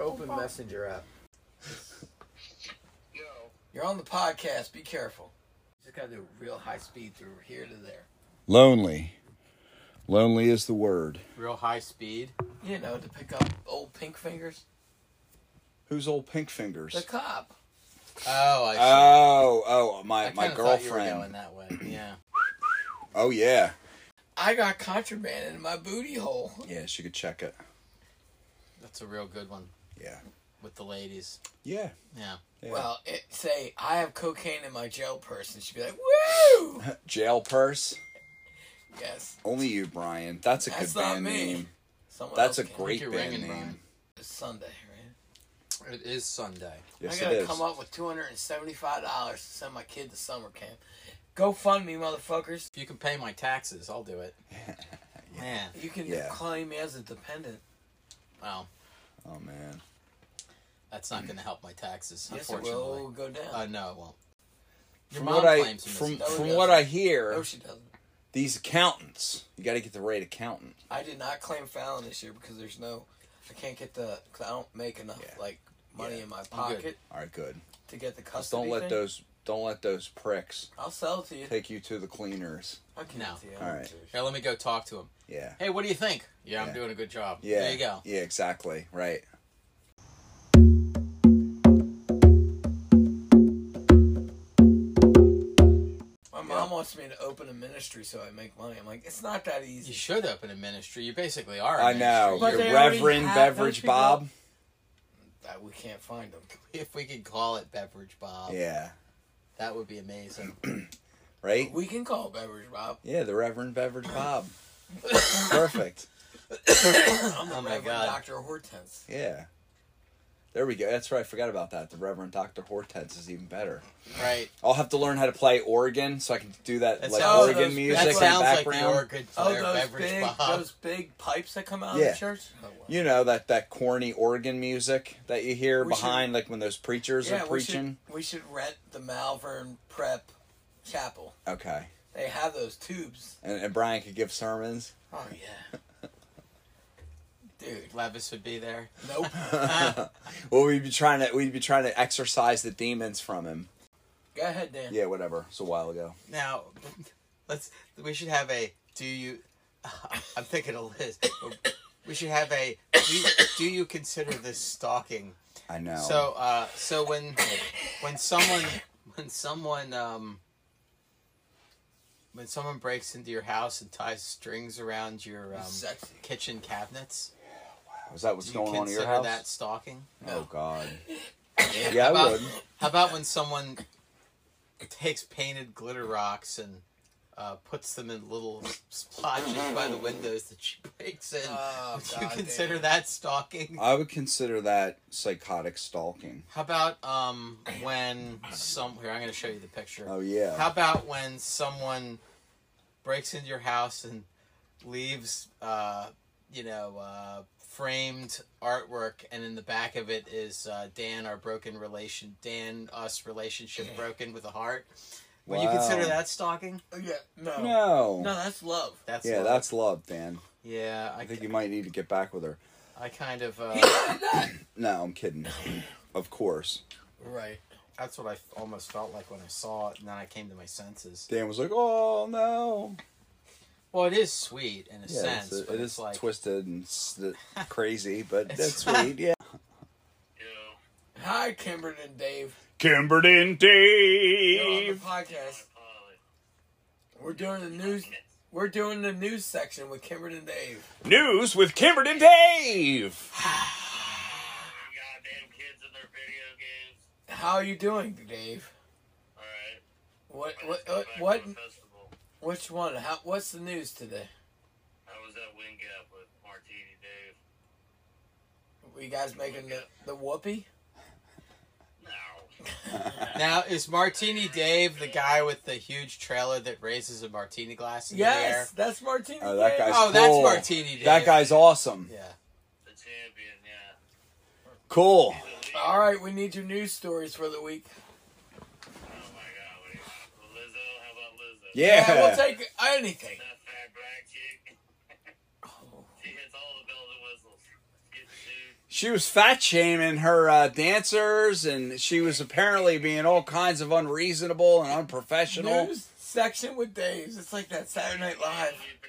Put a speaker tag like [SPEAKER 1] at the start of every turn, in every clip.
[SPEAKER 1] Open messenger app.
[SPEAKER 2] Yo,
[SPEAKER 1] You're on the podcast. Be careful. You just gotta do real high speed through here to there.
[SPEAKER 3] Lonely. Lonely is the word.
[SPEAKER 4] Real high speed.
[SPEAKER 1] You know, to pick up old pink fingers.
[SPEAKER 3] Who's old pink
[SPEAKER 1] The
[SPEAKER 3] fingers?
[SPEAKER 1] cop.
[SPEAKER 4] Oh, I see.
[SPEAKER 3] Oh, oh,
[SPEAKER 4] I
[SPEAKER 3] my
[SPEAKER 4] kinda
[SPEAKER 3] my
[SPEAKER 4] thought you were going
[SPEAKER 3] girlfriend.
[SPEAKER 4] that way. Yeah.
[SPEAKER 3] Oh yeah,
[SPEAKER 1] I got contraband in my booty hole.
[SPEAKER 3] yeah. She could check it.
[SPEAKER 4] That's a real good one
[SPEAKER 3] Yeah,
[SPEAKER 4] with the ladies.
[SPEAKER 3] yeah.
[SPEAKER 4] Yeah.
[SPEAKER 3] yeah.
[SPEAKER 1] Well, it, say I have cocaine in my jail purse, and she'd be like, "Woo!"
[SPEAKER 3] jail purse.
[SPEAKER 1] yes,
[SPEAKER 3] Only you, Brian. That's a good
[SPEAKER 1] That's not
[SPEAKER 3] band
[SPEAKER 1] me.
[SPEAKER 3] name.
[SPEAKER 1] someone.
[SPEAKER 3] That's a
[SPEAKER 1] else can.
[SPEAKER 3] great
[SPEAKER 4] you're
[SPEAKER 3] band
[SPEAKER 4] ringing,
[SPEAKER 3] name.
[SPEAKER 4] Brian.
[SPEAKER 1] It's Sunday, right?
[SPEAKER 4] It is Sunday.
[SPEAKER 3] Yes,
[SPEAKER 1] I
[SPEAKER 3] it
[SPEAKER 1] gotta
[SPEAKER 3] is.
[SPEAKER 1] come up with two hundred and seventy-five dollars to send my kid to summer camp. Go fund me, motherfuckers.
[SPEAKER 4] If you can pay my taxes, I'll do it. Man.
[SPEAKER 1] You can
[SPEAKER 3] Yeah.
[SPEAKER 1] claim me as a dependent.
[SPEAKER 4] Well,
[SPEAKER 3] Oh man.
[SPEAKER 4] that's not going to help my taxes,
[SPEAKER 1] Yes, it
[SPEAKER 4] unfortunately.
[SPEAKER 1] will go down.
[SPEAKER 4] Uh, no, it won't. Your
[SPEAKER 3] from
[SPEAKER 4] mom
[SPEAKER 3] what I
[SPEAKER 4] claims him as
[SPEAKER 3] from
[SPEAKER 4] a dog.
[SPEAKER 3] from what I hear,
[SPEAKER 4] Oh,
[SPEAKER 1] no, she doesn't.
[SPEAKER 3] these accountants. You got to get the right accountant.
[SPEAKER 1] I did not claim Fallon this year because there's no, I can't get the, cause I don't make enough
[SPEAKER 3] Yeah.
[SPEAKER 1] like money
[SPEAKER 3] Yeah.
[SPEAKER 1] in my
[SPEAKER 4] I'm good.
[SPEAKER 1] pocket
[SPEAKER 3] All right, good.
[SPEAKER 1] to get the
[SPEAKER 3] Just
[SPEAKER 1] custody.
[SPEAKER 3] don't let
[SPEAKER 1] thing.
[SPEAKER 3] those don't let those pricks
[SPEAKER 1] I'll sell it to you.
[SPEAKER 3] take you to the cleaners.
[SPEAKER 1] I'll give
[SPEAKER 4] No.
[SPEAKER 1] it to you.
[SPEAKER 3] All right.
[SPEAKER 4] Here, let me go talk to him.
[SPEAKER 3] Yeah.
[SPEAKER 4] Hey, what do you think? Yeah,
[SPEAKER 3] Yeah.
[SPEAKER 4] I'm doing a good job.
[SPEAKER 3] Yeah.
[SPEAKER 4] There you go.
[SPEAKER 3] Yeah, exactly. Right.
[SPEAKER 1] My mom wants me to open a ministry so I make money. I'm like, it's not that
[SPEAKER 4] You
[SPEAKER 1] easy.
[SPEAKER 4] should open a ministry. You basically are. a
[SPEAKER 3] I know.
[SPEAKER 4] ministry.
[SPEAKER 1] But
[SPEAKER 3] Your
[SPEAKER 1] they already
[SPEAKER 3] Reverend
[SPEAKER 1] have those
[SPEAKER 3] Beverage
[SPEAKER 1] people.
[SPEAKER 3] Bob.
[SPEAKER 1] That we can't find them.
[SPEAKER 4] If we could call it Beverage Bob,
[SPEAKER 3] Yeah.
[SPEAKER 4] that would be amazing.
[SPEAKER 3] Right.
[SPEAKER 1] We can call Beverage Rob.
[SPEAKER 3] Yeah, the Reverend Beverage Bob. Perfect.
[SPEAKER 1] I'm the
[SPEAKER 4] Oh my
[SPEAKER 1] Reverend
[SPEAKER 4] God.
[SPEAKER 1] Dr. Hortense.
[SPEAKER 3] Yeah. There we go. That's right. I forgot about that. The Reverend Dr. Hortense is even better.
[SPEAKER 4] right.
[SPEAKER 3] I'll have to learn how to play organ so I can do that
[SPEAKER 4] That
[SPEAKER 3] like
[SPEAKER 4] sounds-
[SPEAKER 1] Oh,
[SPEAKER 3] organ
[SPEAKER 1] those-
[SPEAKER 3] music
[SPEAKER 4] That
[SPEAKER 3] in the
[SPEAKER 4] sounds like the
[SPEAKER 3] background.
[SPEAKER 4] organ
[SPEAKER 1] Oh,
[SPEAKER 4] player,
[SPEAKER 1] those
[SPEAKER 4] Beverage
[SPEAKER 1] big,
[SPEAKER 4] Bob.
[SPEAKER 1] those big pipes that come out
[SPEAKER 3] Yeah.
[SPEAKER 1] of the church. Oh, wow.
[SPEAKER 3] you know that that corny organ music that you hear
[SPEAKER 1] We
[SPEAKER 3] behind like when those preachers
[SPEAKER 1] yeah,
[SPEAKER 3] are
[SPEAKER 1] we
[SPEAKER 3] preaching.
[SPEAKER 1] should, we should rent the Malvern Prep Chapel.
[SPEAKER 3] Okay.
[SPEAKER 1] They have those tubes.
[SPEAKER 3] And, and Brian could give sermons.
[SPEAKER 1] Oh yeah. Dude,
[SPEAKER 4] Levis would be there.
[SPEAKER 1] nope.
[SPEAKER 3] Well, we'd be trying to we'd be trying to exorcise the demons from him.
[SPEAKER 1] Go ahead, Dan.
[SPEAKER 3] Yeah, whatever. It's a while ago.
[SPEAKER 4] Now, let's. We should have a. Do you? I'm thinking a list. We should have a. Do you, do you consider this stalking?
[SPEAKER 3] I know.
[SPEAKER 4] So, uh, so when when someone when someone um, when someone breaks into your house and ties strings around your um,
[SPEAKER 1] Sexy.
[SPEAKER 4] kitchen cabinets,
[SPEAKER 3] was that what's
[SPEAKER 4] do you
[SPEAKER 3] going on in
[SPEAKER 4] consider
[SPEAKER 3] your house?
[SPEAKER 4] that stalking?
[SPEAKER 3] Oh God.
[SPEAKER 4] how
[SPEAKER 3] Yeah, I
[SPEAKER 4] about,
[SPEAKER 3] would.
[SPEAKER 4] How about when someone takes painted glitter rocks and uh, puts them in little splotches by the windows that she breaks in?
[SPEAKER 1] Oh,
[SPEAKER 4] Would you
[SPEAKER 1] God,
[SPEAKER 4] consider
[SPEAKER 1] David.
[SPEAKER 4] that stalking?
[SPEAKER 3] I would consider that psychotic stalking.
[SPEAKER 4] How about um, when some here? I'm going to show you the picture.
[SPEAKER 3] Oh yeah.
[SPEAKER 4] How about when someone breaks into your house and leaves, uh, you know, uh, framed artwork, and in the back of it is uh, Dan, our broken relation, Dan, us relationship broken with a heart. Would you
[SPEAKER 3] Wow.
[SPEAKER 4] consider that stalking?
[SPEAKER 1] Oh, yeah, no. no.
[SPEAKER 3] no.
[SPEAKER 1] that's love.
[SPEAKER 4] That's
[SPEAKER 3] yeah,
[SPEAKER 4] love.
[SPEAKER 3] that's love, Dan.
[SPEAKER 4] yeah. I,
[SPEAKER 3] I think you might need to get back with her.
[SPEAKER 4] I kind of uh,
[SPEAKER 3] No, I'm kidding. of course.
[SPEAKER 1] Right.
[SPEAKER 4] that's what I f- almost felt like when I saw it, and then I came to my senses.
[SPEAKER 3] Dan was like, "Oh no."
[SPEAKER 4] Well, it is sweet in
[SPEAKER 3] Yeah,
[SPEAKER 4] a sense,
[SPEAKER 3] it's,
[SPEAKER 4] but
[SPEAKER 3] it
[SPEAKER 4] it's
[SPEAKER 3] is
[SPEAKER 4] like
[SPEAKER 3] twisted and s- crazy, but that's
[SPEAKER 4] It's-
[SPEAKER 3] sweet. Yeah.
[SPEAKER 2] yo,
[SPEAKER 1] Hi, Kimberton and Dave.
[SPEAKER 3] Kimberton
[SPEAKER 1] You're on the
[SPEAKER 3] Dave.
[SPEAKER 1] podcast.
[SPEAKER 2] Polly.
[SPEAKER 1] We're doing the news. We're doing the news section with Kimberton and Dave.
[SPEAKER 3] News with Kimberton Dave.
[SPEAKER 2] Them goddamn kids and their video games.
[SPEAKER 1] How are you doing, Dave?
[SPEAKER 2] All right.
[SPEAKER 1] What?
[SPEAKER 2] I
[SPEAKER 1] What? What? what
[SPEAKER 2] just got back from a festival.
[SPEAKER 1] which one? How, what's the news today?
[SPEAKER 2] I was at Wingap with Martini Dave.
[SPEAKER 1] You guys making the the whoopee?
[SPEAKER 2] No.
[SPEAKER 4] Now is Martini Dave the guy with the huge trailer that raises a martini glass in
[SPEAKER 1] Yes, that's Martini.
[SPEAKER 3] Oh, that
[SPEAKER 1] Dave.
[SPEAKER 3] guy's
[SPEAKER 4] Oh, that's
[SPEAKER 3] cool.
[SPEAKER 4] Martini Dave.
[SPEAKER 3] That guy's awesome.
[SPEAKER 4] the air?
[SPEAKER 2] The champion, yeah.
[SPEAKER 3] Cool.
[SPEAKER 2] The Oh leader.
[SPEAKER 1] All right, we need your news stories for the week.
[SPEAKER 2] Oh my god, what do you got? Lizzo? How about Lizzo?
[SPEAKER 3] Yeah.
[SPEAKER 1] Yeah, we'll take anything.
[SPEAKER 2] That fat black chick. She hits all the bells and whistles. She gets sued.
[SPEAKER 3] She was fat shaming her uh, dancers, and she was apparently being all kinds of unreasonable and unprofessional.
[SPEAKER 1] News section with Dave's. It's like that Saturday Night Live.
[SPEAKER 2] Eat bananas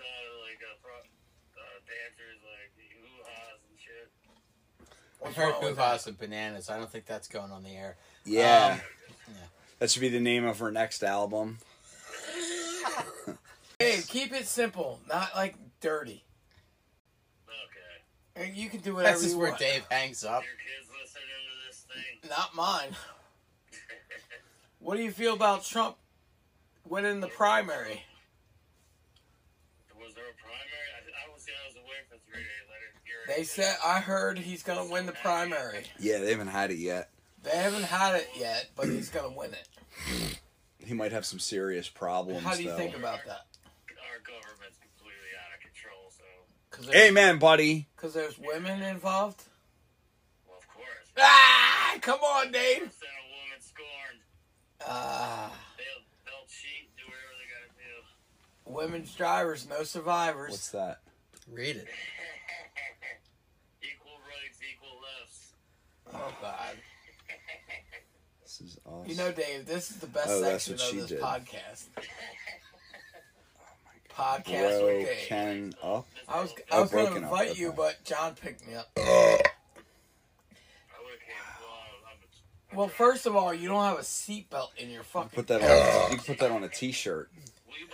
[SPEAKER 2] out of like uh, pro- uh, dancers, like hoo-haws and shit.
[SPEAKER 4] I've
[SPEAKER 1] What's
[SPEAKER 4] heard
[SPEAKER 1] wrong with
[SPEAKER 4] hoo-haws and bananas. I don't think that's going on the air.
[SPEAKER 3] Yeah.
[SPEAKER 4] Um, yeah.
[SPEAKER 3] That should be the name of her next album.
[SPEAKER 1] that? Dave, keep it simple, not like dirty.
[SPEAKER 2] Okay.
[SPEAKER 1] And You can do whatever
[SPEAKER 4] This is
[SPEAKER 1] you
[SPEAKER 4] where
[SPEAKER 1] want.
[SPEAKER 4] Dave hangs
[SPEAKER 1] Uh,
[SPEAKER 4] up.
[SPEAKER 2] Your kids listening to this thing.
[SPEAKER 1] Not mine. What do you feel about Trump winning the primary?
[SPEAKER 2] Was there a primary? I, I was, I was away for three days. I didn't hear
[SPEAKER 1] They
[SPEAKER 2] anything.
[SPEAKER 1] said I heard he's gonna win the primary.
[SPEAKER 3] Yeah, they haven't had it yet.
[SPEAKER 1] They haven't had it yet, but he's gonna win it.
[SPEAKER 3] He might have some serious problems.
[SPEAKER 1] How do you
[SPEAKER 3] though.
[SPEAKER 1] think about that?
[SPEAKER 2] our government's completely out of control. So,
[SPEAKER 1] Because
[SPEAKER 3] Amen, buddy.
[SPEAKER 1] there's women involved.
[SPEAKER 2] well, of course.
[SPEAKER 1] Ah, come on, Dave.
[SPEAKER 2] Percent of women scorned.
[SPEAKER 1] Ah,
[SPEAKER 2] They'll, they'll cheat, do whatever they gotta do.
[SPEAKER 1] women's drivers, no survivors.
[SPEAKER 3] What's that?
[SPEAKER 4] Read it.
[SPEAKER 2] Equal rights, equal lefts.
[SPEAKER 1] Oh God.
[SPEAKER 3] This is awesome.
[SPEAKER 1] You know, Dave, this is the best
[SPEAKER 3] Oh, that's
[SPEAKER 1] section of
[SPEAKER 3] what she
[SPEAKER 1] this
[SPEAKER 3] did.
[SPEAKER 1] podcast. Podcast with Dave.
[SPEAKER 3] broken up.
[SPEAKER 1] I was
[SPEAKER 3] Oh,
[SPEAKER 1] I was gonna
[SPEAKER 3] broken up,
[SPEAKER 1] invite you,
[SPEAKER 3] okay.
[SPEAKER 1] but John picked me up.
[SPEAKER 2] I would have came well, I'm a-
[SPEAKER 1] Well, first of all, you don't have a seatbelt in your fucking.
[SPEAKER 3] Put that on. You can put that on a T-shirt.
[SPEAKER 2] We might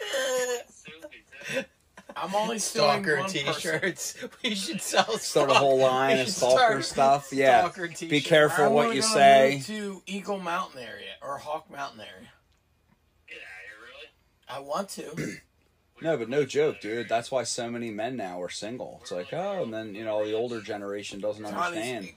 [SPEAKER 2] pull out and sue me, too.
[SPEAKER 1] I'm only suing
[SPEAKER 4] Stalker
[SPEAKER 1] one person.
[SPEAKER 4] t-shirts. We should sell
[SPEAKER 3] Start a whole line of
[SPEAKER 4] should
[SPEAKER 3] stalker
[SPEAKER 4] start
[SPEAKER 3] stuff. Yeah.
[SPEAKER 4] stalker
[SPEAKER 3] Be
[SPEAKER 4] t-shirt.
[SPEAKER 1] I'm
[SPEAKER 3] careful what
[SPEAKER 1] only
[SPEAKER 3] you
[SPEAKER 1] gonna
[SPEAKER 3] say.
[SPEAKER 1] move To Eagle Mountain area or Hawk Mountain area.
[SPEAKER 2] Get out of here, really?
[SPEAKER 1] I want to.
[SPEAKER 3] No, but no joke, dude. That's why so many men now are single. It's like, oh, and then you know the older generation doesn't understand.
[SPEAKER 1] Johnny's,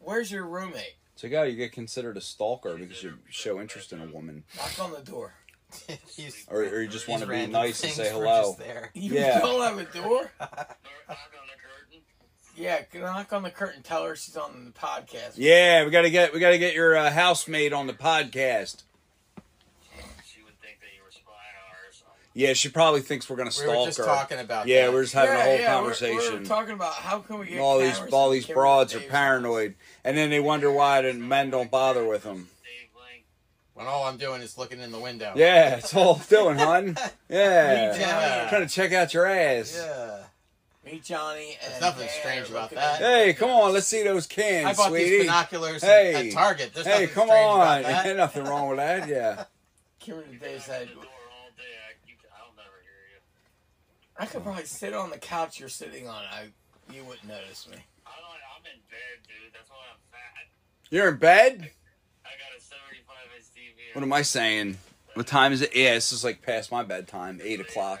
[SPEAKER 1] where's your roommate?
[SPEAKER 3] It's like, oh, you get considered a stalker because you show interest in a woman,
[SPEAKER 1] Knock on the door.
[SPEAKER 4] He's-
[SPEAKER 3] or, or you just want to
[SPEAKER 4] these
[SPEAKER 3] be
[SPEAKER 4] random
[SPEAKER 3] nice and
[SPEAKER 4] things
[SPEAKER 3] say
[SPEAKER 4] were
[SPEAKER 3] hello.
[SPEAKER 4] just there.
[SPEAKER 1] You
[SPEAKER 3] Yeah.
[SPEAKER 1] don't have a door.
[SPEAKER 2] Knock- Knock on the curtain.
[SPEAKER 1] Yeah, knock on the curtain. Tell her she's on the podcast.
[SPEAKER 3] Yeah, we gotta get we gotta get your uh, housemate on the podcast.
[SPEAKER 2] She would think that you were spying on her or something.
[SPEAKER 3] Yeah, she probably thinks we're gonna
[SPEAKER 4] We
[SPEAKER 3] stalk
[SPEAKER 4] were just
[SPEAKER 3] her.
[SPEAKER 4] talking about
[SPEAKER 3] yeah,
[SPEAKER 4] that.
[SPEAKER 3] we're just having
[SPEAKER 1] Yeah,
[SPEAKER 3] a whole
[SPEAKER 1] yeah, we're-
[SPEAKER 3] conversation.
[SPEAKER 1] We're, talking about how can we get
[SPEAKER 3] And all these
[SPEAKER 1] cameras
[SPEAKER 3] all
[SPEAKER 1] in
[SPEAKER 3] these
[SPEAKER 1] Kimberly
[SPEAKER 3] broads are
[SPEAKER 1] Dave's
[SPEAKER 3] paranoid, and then they wonder why the men don't bother with them.
[SPEAKER 2] Dave Link.
[SPEAKER 4] when all I'm doing is looking in the window.
[SPEAKER 3] Yeah, it's all doing, hun. Yeah,
[SPEAKER 4] Yeah.
[SPEAKER 3] trying to check out your ass.
[SPEAKER 4] Yeah.
[SPEAKER 1] house. Me, Johnny, and
[SPEAKER 4] There's nothing
[SPEAKER 1] Dan
[SPEAKER 4] strange
[SPEAKER 1] are
[SPEAKER 4] about
[SPEAKER 1] looking
[SPEAKER 4] that.
[SPEAKER 1] at-
[SPEAKER 3] Hey, come on, let's see those cans,
[SPEAKER 4] I bought
[SPEAKER 3] sweetie.
[SPEAKER 4] these binoculars at-
[SPEAKER 3] Hey.
[SPEAKER 4] at Target. There's
[SPEAKER 3] hey,
[SPEAKER 4] nothing
[SPEAKER 3] come
[SPEAKER 4] strange
[SPEAKER 3] on,
[SPEAKER 4] About that.
[SPEAKER 3] ain't nothing wrong with that. Yeah,
[SPEAKER 1] Kimberly Dave's
[SPEAKER 2] Knock on
[SPEAKER 1] head.
[SPEAKER 2] the door all day. I, you, I'll never hear you.
[SPEAKER 1] I could probably sit on the couch you're sitting on. I, you wouldn't notice me.
[SPEAKER 2] I don't, I'm in bed, dude. That's why I'm fat.
[SPEAKER 3] you're in bed.
[SPEAKER 2] I got a 75 inch TV.
[SPEAKER 3] What am I saying? What time is it? Yeah, this is like past my bedtime, eight o'clock.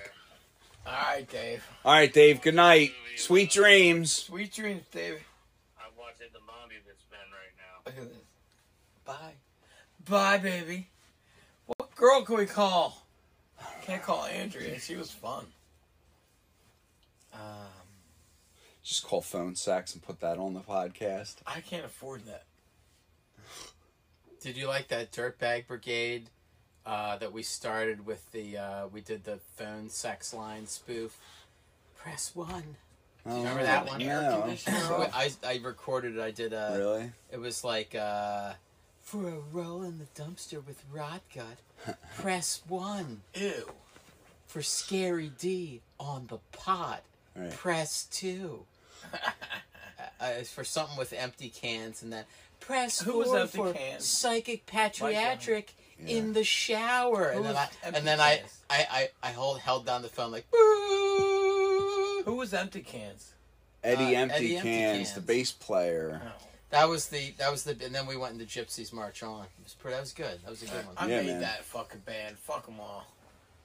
[SPEAKER 1] All right, Dave.
[SPEAKER 3] All right, Dave. Good night. Sweet dreams.
[SPEAKER 1] Sweet dreams, Dave.
[SPEAKER 2] I'm watching the mommy that's been right now.
[SPEAKER 1] Look at this. Bye. Bye, baby. What girl can we call? Can't call Andrea. She was fun. Um,
[SPEAKER 3] Just call phone sex and put that on the podcast.
[SPEAKER 1] I can't afford that.
[SPEAKER 4] Did you like that Dirtbag Brigade uh, that we started with the, uh, we did the phone sex line spoof? Press one.
[SPEAKER 3] Oh,
[SPEAKER 4] remember that one?
[SPEAKER 1] Air
[SPEAKER 3] No.
[SPEAKER 1] conditioner.
[SPEAKER 4] So I, I recorded it. I did a.
[SPEAKER 3] Oh. Really?
[SPEAKER 4] It was like uh, for a roll in the dumpster with rot gut. press one
[SPEAKER 1] Ew.
[SPEAKER 4] for Scary D on the pot.
[SPEAKER 3] All right.
[SPEAKER 4] Press two. uh, it's for something with empty cans and that. Press
[SPEAKER 1] Who was
[SPEAKER 4] four
[SPEAKER 1] empty
[SPEAKER 4] for
[SPEAKER 1] cans?
[SPEAKER 4] psychic patriatric in the shower.
[SPEAKER 1] Who
[SPEAKER 4] and then
[SPEAKER 1] was
[SPEAKER 4] I
[SPEAKER 1] empty
[SPEAKER 4] and then I,
[SPEAKER 1] cans?
[SPEAKER 4] I I I hold held down the phone like. "Boo."
[SPEAKER 1] Who was empty cans?
[SPEAKER 3] Eddie
[SPEAKER 4] Uh,
[SPEAKER 3] Empty
[SPEAKER 4] Eddie Empty
[SPEAKER 3] cans,
[SPEAKER 4] Cans.
[SPEAKER 3] the bass player.
[SPEAKER 1] Oh.
[SPEAKER 4] That was the that was the and then we went into Gypsies March On. It was pretty, that was good. That was a good one.
[SPEAKER 1] I
[SPEAKER 3] Yeah,
[SPEAKER 1] made
[SPEAKER 3] man.
[SPEAKER 1] that fucking band. Fuck them all.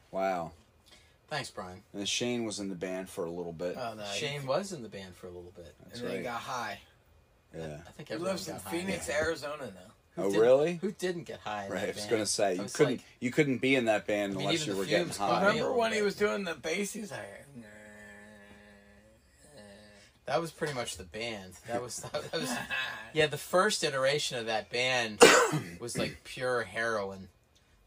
[SPEAKER 3] Wow.
[SPEAKER 4] Thanks, Brian.
[SPEAKER 3] And then Shane was in the band for a little bit.
[SPEAKER 1] Oh, no.
[SPEAKER 4] Shane was in the band for a little bit.
[SPEAKER 3] That's
[SPEAKER 1] And they
[SPEAKER 3] right.
[SPEAKER 1] got high.
[SPEAKER 3] yeah.
[SPEAKER 4] I think
[SPEAKER 1] He
[SPEAKER 4] everyone
[SPEAKER 1] lives in
[SPEAKER 4] got high
[SPEAKER 1] Phoenix,
[SPEAKER 4] that.
[SPEAKER 1] Arizona now.
[SPEAKER 4] Who
[SPEAKER 3] Oh,
[SPEAKER 4] didn't-
[SPEAKER 3] really?
[SPEAKER 4] Who didn't get high? in
[SPEAKER 3] Right. I
[SPEAKER 4] that
[SPEAKER 3] was
[SPEAKER 4] band?
[SPEAKER 3] gonna say you
[SPEAKER 4] was
[SPEAKER 3] couldn't
[SPEAKER 4] like-
[SPEAKER 3] you couldn't be in that band
[SPEAKER 4] mean,
[SPEAKER 3] unless
[SPEAKER 4] even
[SPEAKER 3] you
[SPEAKER 4] the
[SPEAKER 3] were getting
[SPEAKER 4] fumes caught
[SPEAKER 3] high.
[SPEAKER 4] me.
[SPEAKER 1] Remember when he
[SPEAKER 4] bit.
[SPEAKER 1] was doing the bass? He was like,
[SPEAKER 4] that was pretty much the band. That was that was. Yeah, the first iteration of that band was like pure heroin.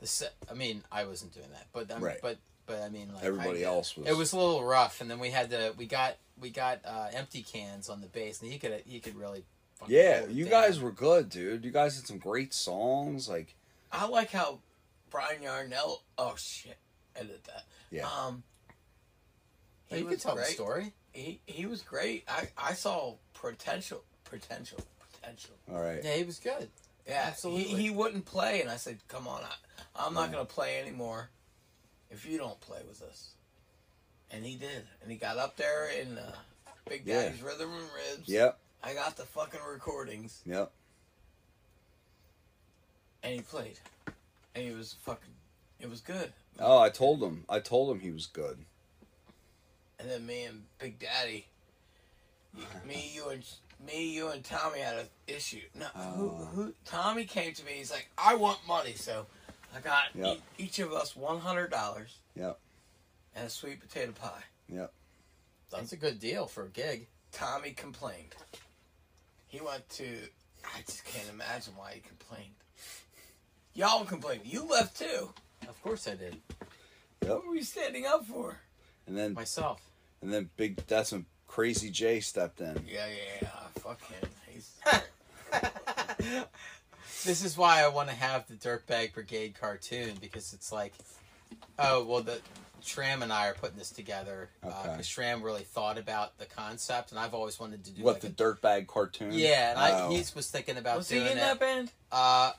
[SPEAKER 4] The se- I mean, I wasn't doing that, but um,
[SPEAKER 3] Right.
[SPEAKER 4] but but I mean, like
[SPEAKER 3] Everybody
[SPEAKER 4] I-
[SPEAKER 3] else was.
[SPEAKER 4] It was a little rough, and then we had to we got we got uh, empty cans on the bass, and he could he could really. fucking
[SPEAKER 3] Yeah,
[SPEAKER 4] hold it
[SPEAKER 3] you
[SPEAKER 4] down.
[SPEAKER 3] guys were good, dude. You guys had some great songs. Like,
[SPEAKER 1] I like how Brian Yarnell. Oh shit! Edit that.
[SPEAKER 3] yeah,
[SPEAKER 1] Um,
[SPEAKER 4] But
[SPEAKER 1] he
[SPEAKER 4] you could
[SPEAKER 1] was
[SPEAKER 4] tell the
[SPEAKER 1] great.
[SPEAKER 4] story.
[SPEAKER 1] He he was great. I I saw potential, potential, potential.
[SPEAKER 3] all right.
[SPEAKER 4] Yeah, he was good.
[SPEAKER 1] Yeah,
[SPEAKER 4] Absolutely. Mm.
[SPEAKER 1] He, he wouldn't play, and I said, "Come on, I, I'm not
[SPEAKER 3] Yeah.
[SPEAKER 1] gonna play anymore if you don't play with us." And he did, and he got up there in uh, Big
[SPEAKER 3] Yeah.
[SPEAKER 1] Daddy's Rhythm and Ribs.
[SPEAKER 3] Yep,
[SPEAKER 1] I got the fucking recordings,
[SPEAKER 3] yep.
[SPEAKER 1] and he played, and he was fucking. It was good.
[SPEAKER 3] Oh, I told him. I told him he was good.
[SPEAKER 1] And then me and Big Daddy, you- me, you, and me, you, and Tommy had an issue. No, who,
[SPEAKER 3] Oh.
[SPEAKER 1] who? Tommy came to me. He's like, "I want money," so I got
[SPEAKER 3] Yep.
[SPEAKER 1] e- each of us one hundred dollars.
[SPEAKER 3] Yep.
[SPEAKER 1] And a sweet potato pie.
[SPEAKER 4] That's a good deal for a gig.
[SPEAKER 1] Tommy complained. He went to. I just can't imagine why he complained. Y'all complained. You left too.
[SPEAKER 4] Of course I did
[SPEAKER 1] What were you standing up for?
[SPEAKER 3] And then,
[SPEAKER 4] myself.
[SPEAKER 3] and then big. That's when Crazy J stepped in.
[SPEAKER 1] Yeah, yeah, yeah. Fuck him. He's
[SPEAKER 4] this is why I want to have the Dirtbag Brigade cartoon because it's like, oh well, the Shram and I are putting this together because
[SPEAKER 3] Okay.
[SPEAKER 4] Shram really thought about the concept, and I've always wanted to do
[SPEAKER 3] What
[SPEAKER 4] like
[SPEAKER 3] the
[SPEAKER 4] a-
[SPEAKER 3] dirtbag cartoon?
[SPEAKER 4] yeah, and I,
[SPEAKER 3] Oh.
[SPEAKER 4] he was thinking about
[SPEAKER 1] was he
[SPEAKER 4] doing
[SPEAKER 1] in
[SPEAKER 4] it.
[SPEAKER 1] that band?
[SPEAKER 4] Uh,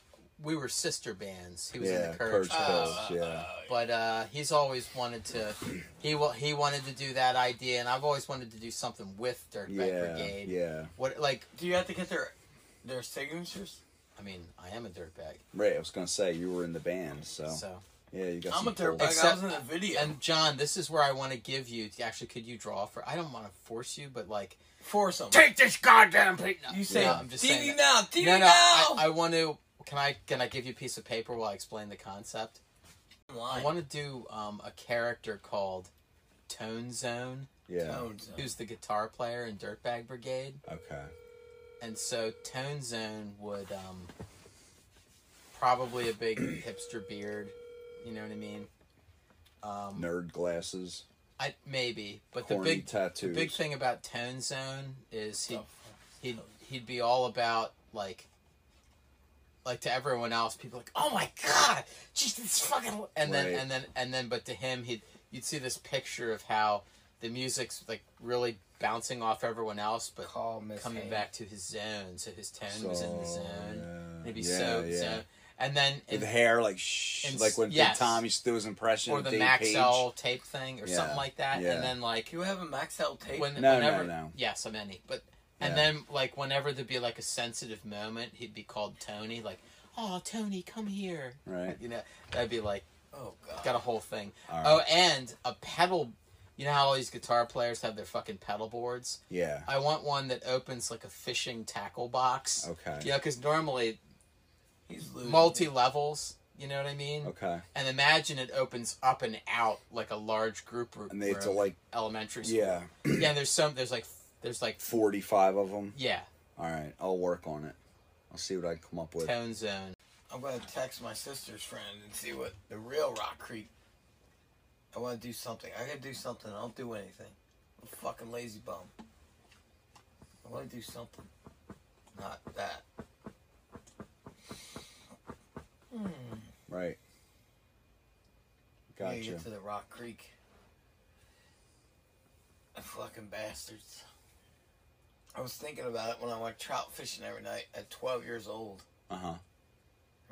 [SPEAKER 4] we were sister bands. He was
[SPEAKER 3] yeah,
[SPEAKER 4] in the
[SPEAKER 3] Courage
[SPEAKER 4] Courage Band.
[SPEAKER 3] Pills, yeah.
[SPEAKER 4] But uh, he's always wanted to. He wa- he wanted to do that idea, and I've always wanted to do something with Dirtbag
[SPEAKER 3] Yeah,
[SPEAKER 4] Brigade.
[SPEAKER 3] yeah.
[SPEAKER 4] What like?
[SPEAKER 1] Do you have to get their their signatures?
[SPEAKER 4] I mean, I am a dirtbag,
[SPEAKER 3] Right, I was gonna say you were in the band, so,
[SPEAKER 4] so.
[SPEAKER 3] yeah, you got.
[SPEAKER 1] I'm a
[SPEAKER 3] some cool-
[SPEAKER 1] dirtbag. I
[SPEAKER 4] Except-
[SPEAKER 1] was in the video.
[SPEAKER 4] And John, this is where I want to give you. Actually, could you draw for? I don't want to force you, but like,
[SPEAKER 1] Force them.
[SPEAKER 4] take this goddamn paper.
[SPEAKER 1] You say,
[SPEAKER 4] Yeah, I'm just saying
[SPEAKER 1] TV now, TV
[SPEAKER 4] no, no.
[SPEAKER 1] now.
[SPEAKER 4] I, I want to. Can I? Can I give you a piece of paper while I explain the concept?
[SPEAKER 1] I'm
[SPEAKER 4] I
[SPEAKER 1] lying.
[SPEAKER 4] want to do um, a character called Tone Zone,
[SPEAKER 3] Yeah.
[SPEAKER 1] Tones.
[SPEAKER 4] who's the guitar player in Dirtbag Brigade,
[SPEAKER 3] Okay.
[SPEAKER 4] and so Tone Zone would um, probably a big hipster beard. You know what I mean? Um,
[SPEAKER 3] Nerd glasses,
[SPEAKER 4] I maybe, but the
[SPEAKER 3] corny
[SPEAKER 4] big The
[SPEAKER 3] tattoos.
[SPEAKER 4] big thing about Tone Zone is he
[SPEAKER 1] Oh,
[SPEAKER 4] he'd he'd be all about like like to everyone else, people like, oh my god, just this fucking and then
[SPEAKER 3] Right.
[SPEAKER 4] and then and then but to him he'd you'd see this picture of how the music's like really bouncing off everyone else but
[SPEAKER 1] Call Miss
[SPEAKER 4] coming
[SPEAKER 1] Hayes.
[SPEAKER 4] back to his zone. So his tone was in the
[SPEAKER 3] So,
[SPEAKER 4] zone.
[SPEAKER 3] yeah,
[SPEAKER 4] Maybe
[SPEAKER 3] yeah,
[SPEAKER 4] so
[SPEAKER 3] yeah.
[SPEAKER 4] zone. And then
[SPEAKER 3] With the
[SPEAKER 4] in-
[SPEAKER 3] hair like shh,
[SPEAKER 4] and s-
[SPEAKER 3] like when
[SPEAKER 4] yes.
[SPEAKER 3] Big Tommy used to do his impression
[SPEAKER 4] or
[SPEAKER 3] of
[SPEAKER 4] the
[SPEAKER 3] Dave Page.
[SPEAKER 4] Maxell tape thing or
[SPEAKER 3] Yeah,
[SPEAKER 4] something like that.
[SPEAKER 3] yeah.
[SPEAKER 4] And then like
[SPEAKER 1] Do you have a Maxell tape?
[SPEAKER 4] when,
[SPEAKER 3] No, no,
[SPEAKER 4] whenever,
[SPEAKER 3] no.
[SPEAKER 4] Yeah, so many. But and
[SPEAKER 3] Yeah.
[SPEAKER 4] then like whenever there'd be like a sensitive moment, he'd be called Tony, like, Oh Tony, come here.
[SPEAKER 3] Right.
[SPEAKER 4] You know, that'd be like
[SPEAKER 1] oh god.
[SPEAKER 4] got a whole thing.
[SPEAKER 3] All right.
[SPEAKER 4] Oh, and a pedal you know how all these guitar players have their fucking pedal boards?
[SPEAKER 3] Yeah.
[SPEAKER 4] I want one that opens like a fishing tackle box.
[SPEAKER 3] Okay.
[SPEAKER 4] You know, because normally
[SPEAKER 1] He's losing.
[SPEAKER 4] multi levels, you know what I mean?
[SPEAKER 3] Okay.
[SPEAKER 4] And imagine it opens up and out like a large group room.
[SPEAKER 3] And they have to like
[SPEAKER 4] elementary school.
[SPEAKER 3] yeah,
[SPEAKER 4] Yeah, there's some there's like there's like
[SPEAKER 3] forty five of them.
[SPEAKER 4] Yeah,
[SPEAKER 3] All right, I'll work on it. I'll see what I come up with.
[SPEAKER 4] Tone Zone.
[SPEAKER 1] I'm gonna text my sister's friend and see what the real Rock Creek. I want to do something. I gotta do something. I don't do anything. I'm a fucking lazy bum. I want to do something. Not that.
[SPEAKER 3] Right.
[SPEAKER 1] We gotta
[SPEAKER 3] Gotcha.
[SPEAKER 1] Get to the Rock Creek. The fucking bastards. I was thinking about it when I went trout fishing every night at 12 years old,
[SPEAKER 3] Uh huh.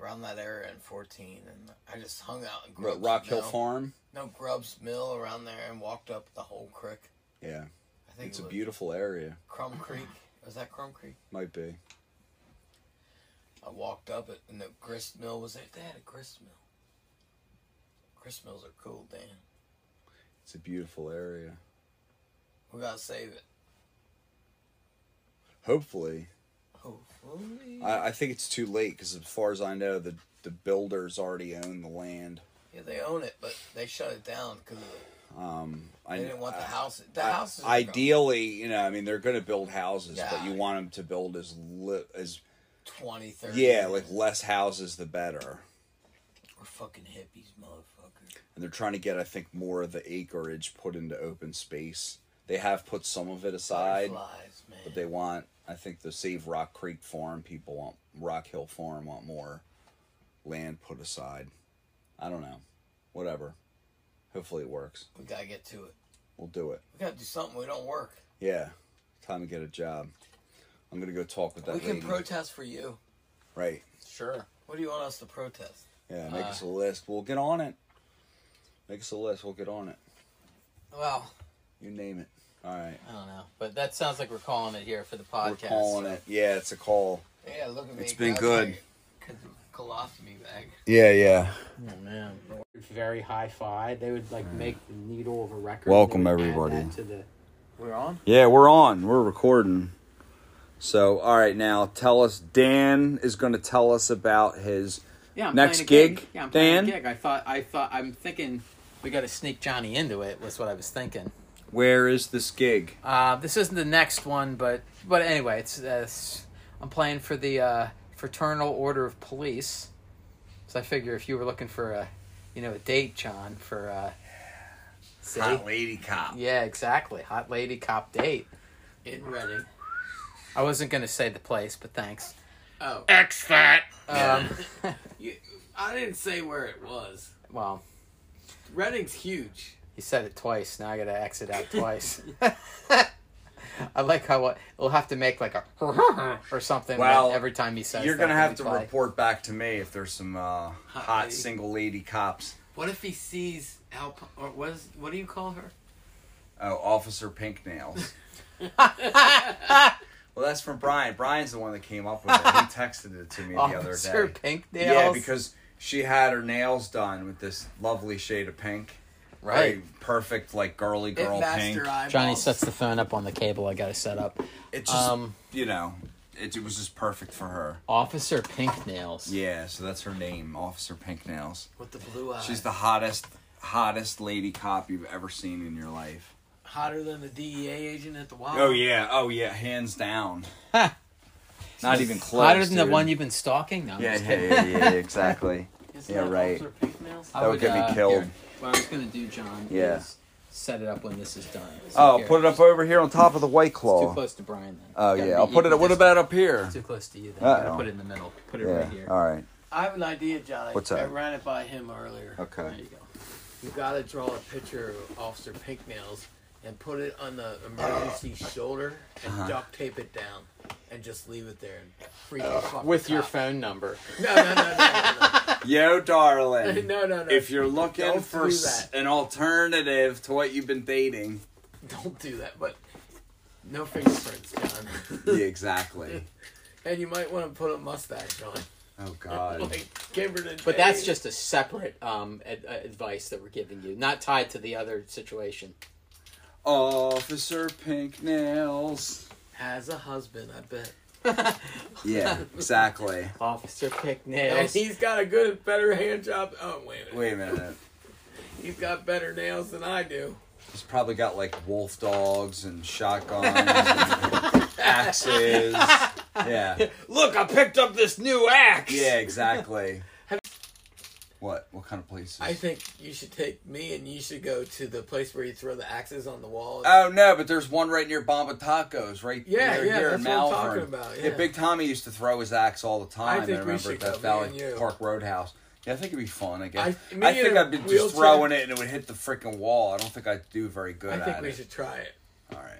[SPEAKER 1] around that era and 14, and I just hung out in Grub's
[SPEAKER 3] Rock Hill
[SPEAKER 1] Mill.
[SPEAKER 3] Farm.
[SPEAKER 1] No Grub's Mill around there and walked up the whole creek.
[SPEAKER 3] Yeah,
[SPEAKER 1] I think
[SPEAKER 3] it's
[SPEAKER 1] it
[SPEAKER 3] a
[SPEAKER 1] was
[SPEAKER 3] beautiful area.
[SPEAKER 1] Crumb Creek. Was that Crumb Creek?
[SPEAKER 3] Might be.
[SPEAKER 1] I walked up it and the grist mill was there. They had a grist mill. Grist mills are cool, Dan.
[SPEAKER 3] It's a beautiful area.
[SPEAKER 1] We gotta save it.
[SPEAKER 3] Hopefully,
[SPEAKER 1] Hopefully.
[SPEAKER 3] I, I think it's too late because as far as I know, the the builders already own the land.
[SPEAKER 1] Yeah, they own it, but they shut it down because
[SPEAKER 3] Um, I,
[SPEAKER 1] they didn't want the house. The
[SPEAKER 3] I-
[SPEAKER 1] houses. are
[SPEAKER 3] ideally, you know, I mean, they're going to build houses, but
[SPEAKER 1] Yeah.
[SPEAKER 3] you want them to build as li- as
[SPEAKER 1] gone 20, 30.
[SPEAKER 3] yeah, like less houses the better.
[SPEAKER 1] We're fucking hippies, motherfucker.
[SPEAKER 3] And they're trying to get, I think, more of the acreage put into open space. They have put some of it aside,
[SPEAKER 1] Butterflies, man.
[SPEAKER 3] but they want. I think the Save Rock Creek Farm people want Rock Hill Farm want more land put aside. I don't know. Whatever. Hopefully it works.
[SPEAKER 1] we gotta get to it.
[SPEAKER 3] We'll do it.
[SPEAKER 1] We gotta do something. We don't work.
[SPEAKER 3] Yeah. Time to get a job. I'm gonna go talk with that
[SPEAKER 1] we can
[SPEAKER 3] lady.
[SPEAKER 1] protest for you.
[SPEAKER 3] right.
[SPEAKER 4] Sure.
[SPEAKER 1] What do you want us to protest?
[SPEAKER 3] Yeah. Make
[SPEAKER 4] Uh,
[SPEAKER 3] us a list. We'll get on it. Make us a list. We'll get on it.
[SPEAKER 4] Well,
[SPEAKER 3] You name it. All right.
[SPEAKER 4] I don't know, but that sounds like we're calling it here for the podcast.
[SPEAKER 3] We're calling it. Yeah, it's a call.
[SPEAKER 1] Yeah, look at me.
[SPEAKER 3] It's been good.
[SPEAKER 1] Cause colostomy bag.
[SPEAKER 3] Yeah, yeah.
[SPEAKER 4] Oh man.
[SPEAKER 5] very hi-fi. They would like make the needle of a record.
[SPEAKER 3] Welcome,
[SPEAKER 5] They would add
[SPEAKER 3] everybody.
[SPEAKER 5] that To the
[SPEAKER 1] We're on.
[SPEAKER 3] Yeah, we're on. We're recording. So, all right, now tell us. Dan is going to tell us about his.
[SPEAKER 5] yeah. I'm
[SPEAKER 3] Next
[SPEAKER 5] playing a
[SPEAKER 3] gig,
[SPEAKER 5] Yeah, I'm playing a
[SPEAKER 3] Dan?
[SPEAKER 5] gig. I thought. I thought. I'm thinking.
[SPEAKER 4] We got to sneak Johnny into it. Was what I was thinking.
[SPEAKER 3] Where is this gig?
[SPEAKER 4] Uh, this isn't the next one, but but anyway, it's, uh, it's I'm playing for the uh, Fraternal Order of Police. So I figure if you were looking for a, you know, a date, John, for uh, see?
[SPEAKER 3] lady cop.
[SPEAKER 4] yeah, exactly, hot lady cop date.
[SPEAKER 5] It ready.
[SPEAKER 4] I wasn't gonna say the place, but thanks.
[SPEAKER 5] Oh,
[SPEAKER 4] X that. Um,
[SPEAKER 5] you, I didn't say where it was.
[SPEAKER 4] well,
[SPEAKER 5] Reading's huge.
[SPEAKER 4] you said it twice. Now I gotta X it out twice. I like how it, it'll have to make like a or something
[SPEAKER 3] Well,
[SPEAKER 4] every time he says.
[SPEAKER 3] You're
[SPEAKER 4] that
[SPEAKER 3] going to have
[SPEAKER 4] we
[SPEAKER 3] to
[SPEAKER 4] play.
[SPEAKER 3] report back to me if there's some uh, hot
[SPEAKER 5] lady.
[SPEAKER 3] single lady cops.
[SPEAKER 5] What if he sees Al? Pa- Or what is? What do you call her?
[SPEAKER 3] Oh, Officer Pink Nails. well, that's from Brian. Brian's the one that came up with it. He texted it to me the other day.
[SPEAKER 4] Officer Pink Nails.
[SPEAKER 3] Yeah, because she had her nails done with this lovely shade of pink.
[SPEAKER 4] right.
[SPEAKER 3] Like, perfect, like girly
[SPEAKER 5] It
[SPEAKER 3] girl
[SPEAKER 5] matched
[SPEAKER 3] pink.
[SPEAKER 5] her eyeballs.
[SPEAKER 4] Johnny sets the phone up on the cable. I gotta set up.
[SPEAKER 3] It just,
[SPEAKER 4] Um,
[SPEAKER 3] you know, it, it was just perfect for her.
[SPEAKER 4] Officer Pink Nails.
[SPEAKER 3] Yeah, so that's her name, Officer Pink Nails.
[SPEAKER 5] with the blue eyes.
[SPEAKER 3] She's the hottest, hottest lady cop you've ever seen in your life.
[SPEAKER 5] hotter than the DEA agent at the Wild.
[SPEAKER 3] Oh yeah, oh yeah, hands down. Not even close.
[SPEAKER 4] Hotter than the
[SPEAKER 3] dude.
[SPEAKER 4] one you've been stalking. No, I'm
[SPEAKER 3] Yeah,
[SPEAKER 4] just
[SPEAKER 3] yeah,
[SPEAKER 4] kidding.
[SPEAKER 3] yeah, yeah, exactly.
[SPEAKER 5] Isn't
[SPEAKER 3] Yeah,
[SPEAKER 5] that
[SPEAKER 3] right.
[SPEAKER 5] Officer Pink Nails?
[SPEAKER 4] I
[SPEAKER 3] That would get me
[SPEAKER 4] uh,
[SPEAKER 3] killed.
[SPEAKER 4] here- what I was gonna do, John.
[SPEAKER 3] Yeah.
[SPEAKER 4] is set it up when this is done. So
[SPEAKER 3] Oh,
[SPEAKER 4] here.
[SPEAKER 3] put it up over here on top of the white
[SPEAKER 4] It's
[SPEAKER 3] claw.
[SPEAKER 4] too close to Brian. Then.
[SPEAKER 3] Oh
[SPEAKER 4] Gotta
[SPEAKER 3] yeah,
[SPEAKER 4] be
[SPEAKER 3] I'll put it.
[SPEAKER 4] equal
[SPEAKER 3] What
[SPEAKER 4] distance.
[SPEAKER 3] about up here?
[SPEAKER 4] Too close to you. Then. I'm
[SPEAKER 3] Uh-oh.
[SPEAKER 4] gonna put it in the middle. Put it
[SPEAKER 3] Yeah. uh,
[SPEAKER 4] right here.
[SPEAKER 3] All right.
[SPEAKER 5] I have an idea, Johnny.
[SPEAKER 3] What's that?
[SPEAKER 5] I ran it by him earlier.
[SPEAKER 3] Okay.
[SPEAKER 4] There you go.
[SPEAKER 5] You gotta draw a picture of Officer Pink Nails and put it on the emergency shoulder and
[SPEAKER 4] Uh-huh.
[SPEAKER 5] duct tape it down and just leave it there and freak the fuck
[SPEAKER 4] With your
[SPEAKER 5] out.
[SPEAKER 4] phone number.
[SPEAKER 5] No, no, no, no,
[SPEAKER 3] Yo,
[SPEAKER 5] no, no,
[SPEAKER 3] darling.
[SPEAKER 5] no, no, no.
[SPEAKER 3] If you're looking
[SPEAKER 5] Don't
[SPEAKER 3] for
[SPEAKER 5] do
[SPEAKER 3] s-
[SPEAKER 5] that.
[SPEAKER 3] an alternative to what you've been dating,
[SPEAKER 5] don't do that, but no fingerprints, John.
[SPEAKER 3] yeah, exactly.
[SPEAKER 5] and you might want to put a mustache on,
[SPEAKER 3] Oh God.
[SPEAKER 5] like Kimberly.
[SPEAKER 4] But that's just a separate um, ad- uh, advice that we're giving you, not tied to the other situation.
[SPEAKER 3] Officer Pink Nails.
[SPEAKER 5] has a husband, I bet,
[SPEAKER 3] Yeah, exactly.
[SPEAKER 4] Officer Pick
[SPEAKER 5] and
[SPEAKER 4] Nails.
[SPEAKER 5] he's got a good, better hand job. Oh wait a minute.
[SPEAKER 3] Wait a minute.
[SPEAKER 5] He's got better nails than I do.
[SPEAKER 3] He's probably got like wolf dogs and shotguns, and axes. Yeah.
[SPEAKER 5] Look, I picked up this new axe.
[SPEAKER 3] Yeah, exactly. What? What kind of places?
[SPEAKER 5] I think you should take me and you should go to the place where you throw the axes on the wall.
[SPEAKER 3] Oh no, but there's one right near Bomba Tacos, right
[SPEAKER 5] Yeah,
[SPEAKER 3] near
[SPEAKER 5] yeah,
[SPEAKER 3] here in
[SPEAKER 5] that's what I'm
[SPEAKER 3] Malvern.
[SPEAKER 5] talking about,
[SPEAKER 3] Yeah.
[SPEAKER 5] yeah.
[SPEAKER 3] Big Tommy used to throw his axe all the time.
[SPEAKER 5] I think we
[SPEAKER 3] remember
[SPEAKER 5] should
[SPEAKER 3] at that
[SPEAKER 5] go, me
[SPEAKER 3] Valley
[SPEAKER 5] and you.
[SPEAKER 3] Park Roadhouse. Yeah, I think it'd be fun. I guess.
[SPEAKER 5] I-
[SPEAKER 3] I,
[SPEAKER 5] me
[SPEAKER 3] think
[SPEAKER 5] in a
[SPEAKER 3] I'd be just
[SPEAKER 5] wheelchair-
[SPEAKER 3] throwing it and it would hit the freaking wall. I don't think I'd do very good
[SPEAKER 5] I think
[SPEAKER 3] at
[SPEAKER 5] we
[SPEAKER 3] it.
[SPEAKER 5] should try it.
[SPEAKER 3] All right.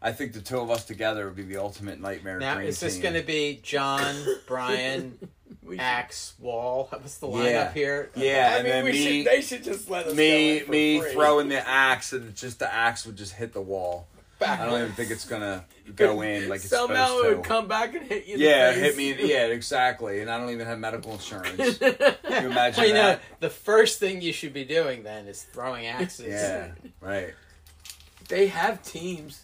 [SPEAKER 3] I think the two of us together would be the ultimate nightmare.
[SPEAKER 4] Now,
[SPEAKER 3] dream
[SPEAKER 4] is this
[SPEAKER 3] team.
[SPEAKER 4] going to be John, Brian,
[SPEAKER 5] We should-
[SPEAKER 4] Axe, Wall? What's the lineup
[SPEAKER 3] Yeah.
[SPEAKER 4] here?
[SPEAKER 3] Yeah,
[SPEAKER 5] I
[SPEAKER 3] and
[SPEAKER 5] mean,
[SPEAKER 3] then
[SPEAKER 5] we
[SPEAKER 3] me,
[SPEAKER 5] should, they should just let us
[SPEAKER 3] me,
[SPEAKER 5] go in for
[SPEAKER 3] me
[SPEAKER 5] free.
[SPEAKER 3] throwing the axe, and just the axe would just hit the wall. I don't even think it's gonna go in like it's
[SPEAKER 5] Somehow
[SPEAKER 3] supposed
[SPEAKER 5] it
[SPEAKER 3] to.
[SPEAKER 5] would come back and hit you. in the
[SPEAKER 3] Yeah,
[SPEAKER 5] face.
[SPEAKER 3] hit me. In, yeah, exactly. And I don't even have medical insurance. Can you imagine
[SPEAKER 4] Well, you know,
[SPEAKER 3] that?
[SPEAKER 4] the first thing you should be doing then is throwing axes.
[SPEAKER 3] Yeah, right.
[SPEAKER 5] They have teams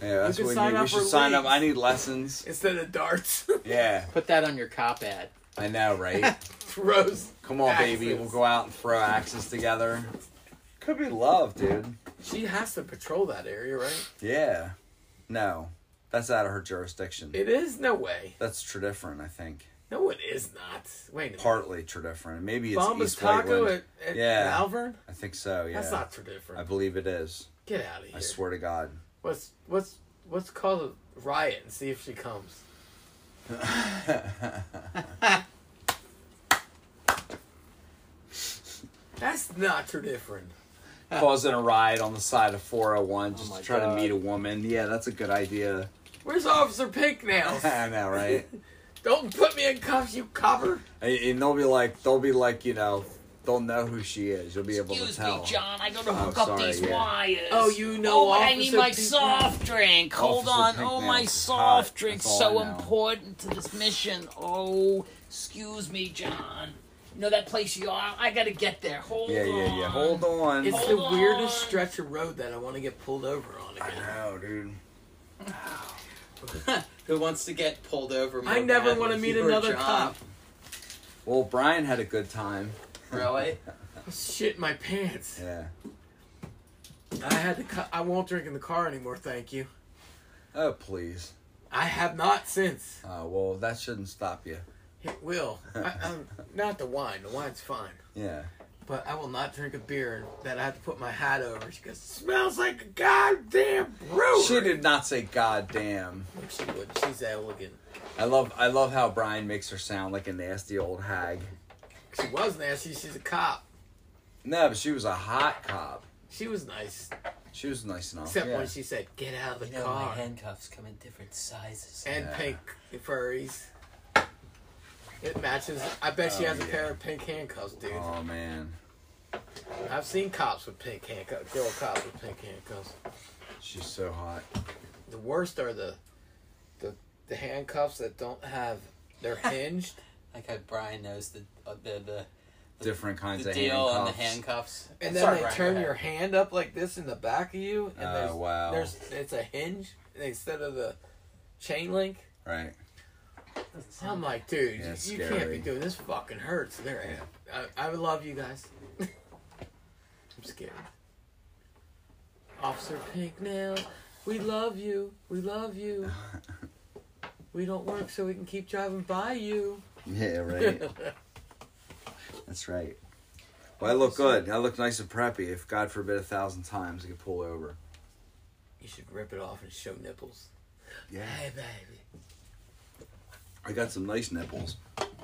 [SPEAKER 3] Yeah, that's
[SPEAKER 5] could
[SPEAKER 3] what we
[SPEAKER 5] sign
[SPEAKER 3] need. We
[SPEAKER 5] up
[SPEAKER 3] should
[SPEAKER 5] for
[SPEAKER 3] sign up.
[SPEAKER 5] leagues.
[SPEAKER 3] I need lessons.
[SPEAKER 5] instead of darts.
[SPEAKER 3] Yeah,
[SPEAKER 4] Put that on your cop ad.
[SPEAKER 3] I know, right?
[SPEAKER 5] Throws.
[SPEAKER 3] Come on, baby.
[SPEAKER 5] Axes.
[SPEAKER 3] We'll go out and throw axes together. Could be love, dude.
[SPEAKER 5] She has to patrol that area, right?
[SPEAKER 3] Yeah. No, that's out of her jurisdiction.
[SPEAKER 5] It is no way.
[SPEAKER 3] That's Tredifferent, I think.
[SPEAKER 5] No, it is not. Wait a minute.
[SPEAKER 3] Partly Tredifferent. Maybe it's
[SPEAKER 5] Bomba's
[SPEAKER 3] East
[SPEAKER 5] Taco
[SPEAKER 3] Whiteland.
[SPEAKER 5] at, at
[SPEAKER 3] Yeah.
[SPEAKER 5] Malvern.
[SPEAKER 3] I think so. Yeah.
[SPEAKER 5] That's not for
[SPEAKER 3] I
[SPEAKER 5] different.
[SPEAKER 3] believe it is.
[SPEAKER 5] Get out of here.
[SPEAKER 3] I swear to God.
[SPEAKER 5] Let's let's let's call a riot and see if she comes. That's not too different.
[SPEAKER 3] Causing a riot on the side of 401 just
[SPEAKER 6] Oh
[SPEAKER 4] my
[SPEAKER 3] to try
[SPEAKER 4] God.
[SPEAKER 3] to meet a woman. Yeah, that's a good idea.
[SPEAKER 5] Where's Officer
[SPEAKER 6] Oh.
[SPEAKER 5] Pinknails?
[SPEAKER 3] I know, right?
[SPEAKER 5] Don't put me in cuffs, you copper.
[SPEAKER 3] and, and they'll be like, they'll be like, you know, they'll know who she is. You'll be able
[SPEAKER 6] Excuse
[SPEAKER 3] to tell.
[SPEAKER 6] me, John. I gotta
[SPEAKER 3] Oh,
[SPEAKER 6] hook up
[SPEAKER 3] sorry,
[SPEAKER 6] these
[SPEAKER 3] yeah.
[SPEAKER 6] wires.
[SPEAKER 5] Oh, you know
[SPEAKER 6] Oh, I need
[SPEAKER 5] Officer
[SPEAKER 6] my
[SPEAKER 5] Pinknails.
[SPEAKER 6] soft drink. Hold
[SPEAKER 3] Officer
[SPEAKER 6] on. Oh,
[SPEAKER 3] Pinknails
[SPEAKER 6] my
[SPEAKER 3] is
[SPEAKER 6] soft
[SPEAKER 3] hot.
[SPEAKER 6] drink's
[SPEAKER 3] That's all
[SPEAKER 6] so
[SPEAKER 3] I know.
[SPEAKER 6] important to this mission. Oh, excuse me, John. You know that place you are? I gotta get there. Hold
[SPEAKER 3] Yeah,
[SPEAKER 6] on.
[SPEAKER 3] yeah, yeah. Hold on.
[SPEAKER 5] It's
[SPEAKER 6] Hold
[SPEAKER 5] the weirdest
[SPEAKER 6] on.
[SPEAKER 5] stretch of road that I want to get pulled over on
[SPEAKER 3] I
[SPEAKER 5] again.
[SPEAKER 3] know, dude.
[SPEAKER 4] Who wants to get pulled over? More
[SPEAKER 5] I never
[SPEAKER 4] badly,
[SPEAKER 5] want to meet
[SPEAKER 4] you or
[SPEAKER 5] another
[SPEAKER 4] John?
[SPEAKER 5] cop.
[SPEAKER 3] Well, Brian had a good time.
[SPEAKER 4] Really?
[SPEAKER 5] Shit my pants.
[SPEAKER 3] Yeah.
[SPEAKER 5] I had to cut. I won't drink in the car anymore, thank you.
[SPEAKER 3] Oh, please.
[SPEAKER 5] I have not since.
[SPEAKER 3] Uh, well, that shouldn't stop you.
[SPEAKER 5] It will. I, I'm, not the wine. The wine's fine.
[SPEAKER 3] Yeah.
[SPEAKER 5] But I will not drink a beer that I have to put my hat over. She goes, smells like a goddamn brewery.
[SPEAKER 3] She did not say goddamn.
[SPEAKER 5] She would. She's elegant.
[SPEAKER 3] I love I love how Brian makes her sound like a nasty old hag.
[SPEAKER 5] She was nasty. She's a cop.
[SPEAKER 3] No, but she was a hot cop.
[SPEAKER 5] She was nice.
[SPEAKER 3] She was nice enough.
[SPEAKER 5] Except
[SPEAKER 3] Oh, yeah.
[SPEAKER 5] when she said, get out of the
[SPEAKER 6] You know
[SPEAKER 5] car.
[SPEAKER 6] my handcuffs come in different sizes.
[SPEAKER 5] and
[SPEAKER 3] Yeah.
[SPEAKER 5] pink furries. It matches. I bet she
[SPEAKER 3] Oh,
[SPEAKER 5] has a
[SPEAKER 3] yeah.
[SPEAKER 5] pair of pink handcuffs, dude.
[SPEAKER 3] Oh man.
[SPEAKER 5] I've seen cops with pink handcuffs. Girl cops with pink handcuffs.
[SPEAKER 3] She's so hot.
[SPEAKER 5] The worst are the the, the handcuffs that don't have. They're hinged.
[SPEAKER 4] Like how Brian knows the uh, the the,
[SPEAKER 3] Different kinds
[SPEAKER 4] the
[SPEAKER 3] of
[SPEAKER 4] deal
[SPEAKER 3] handcuffs.
[SPEAKER 4] on the handcuffs.
[SPEAKER 5] And then
[SPEAKER 4] Sorry,
[SPEAKER 5] they
[SPEAKER 4] Brian,
[SPEAKER 5] turn
[SPEAKER 4] go
[SPEAKER 5] your
[SPEAKER 4] ahead. Uh,
[SPEAKER 5] hand up like this in the back of you, and
[SPEAKER 3] Oh,
[SPEAKER 5] there's,
[SPEAKER 3] wow.
[SPEAKER 5] there's it's a hinge instead of the chain link.
[SPEAKER 3] Right.
[SPEAKER 5] I'm like, dude,
[SPEAKER 3] Yeah,
[SPEAKER 5] you,
[SPEAKER 3] it's
[SPEAKER 5] you can't be
[SPEAKER 3] scary.
[SPEAKER 5] doing this. Fucking hurts. There, I, I would love you guys. I'm scared. Officer Pink Nail, we love you. We love you. We don't work so we can keep driving by you.
[SPEAKER 3] Yeah, right. That's right. Well, I look good. I look nice and preppy. If God forbid a thousand times, I could pull over.
[SPEAKER 5] You should rip it off and show nipples.
[SPEAKER 3] Yeah.
[SPEAKER 5] Hey, baby.
[SPEAKER 3] I got some nice nipples.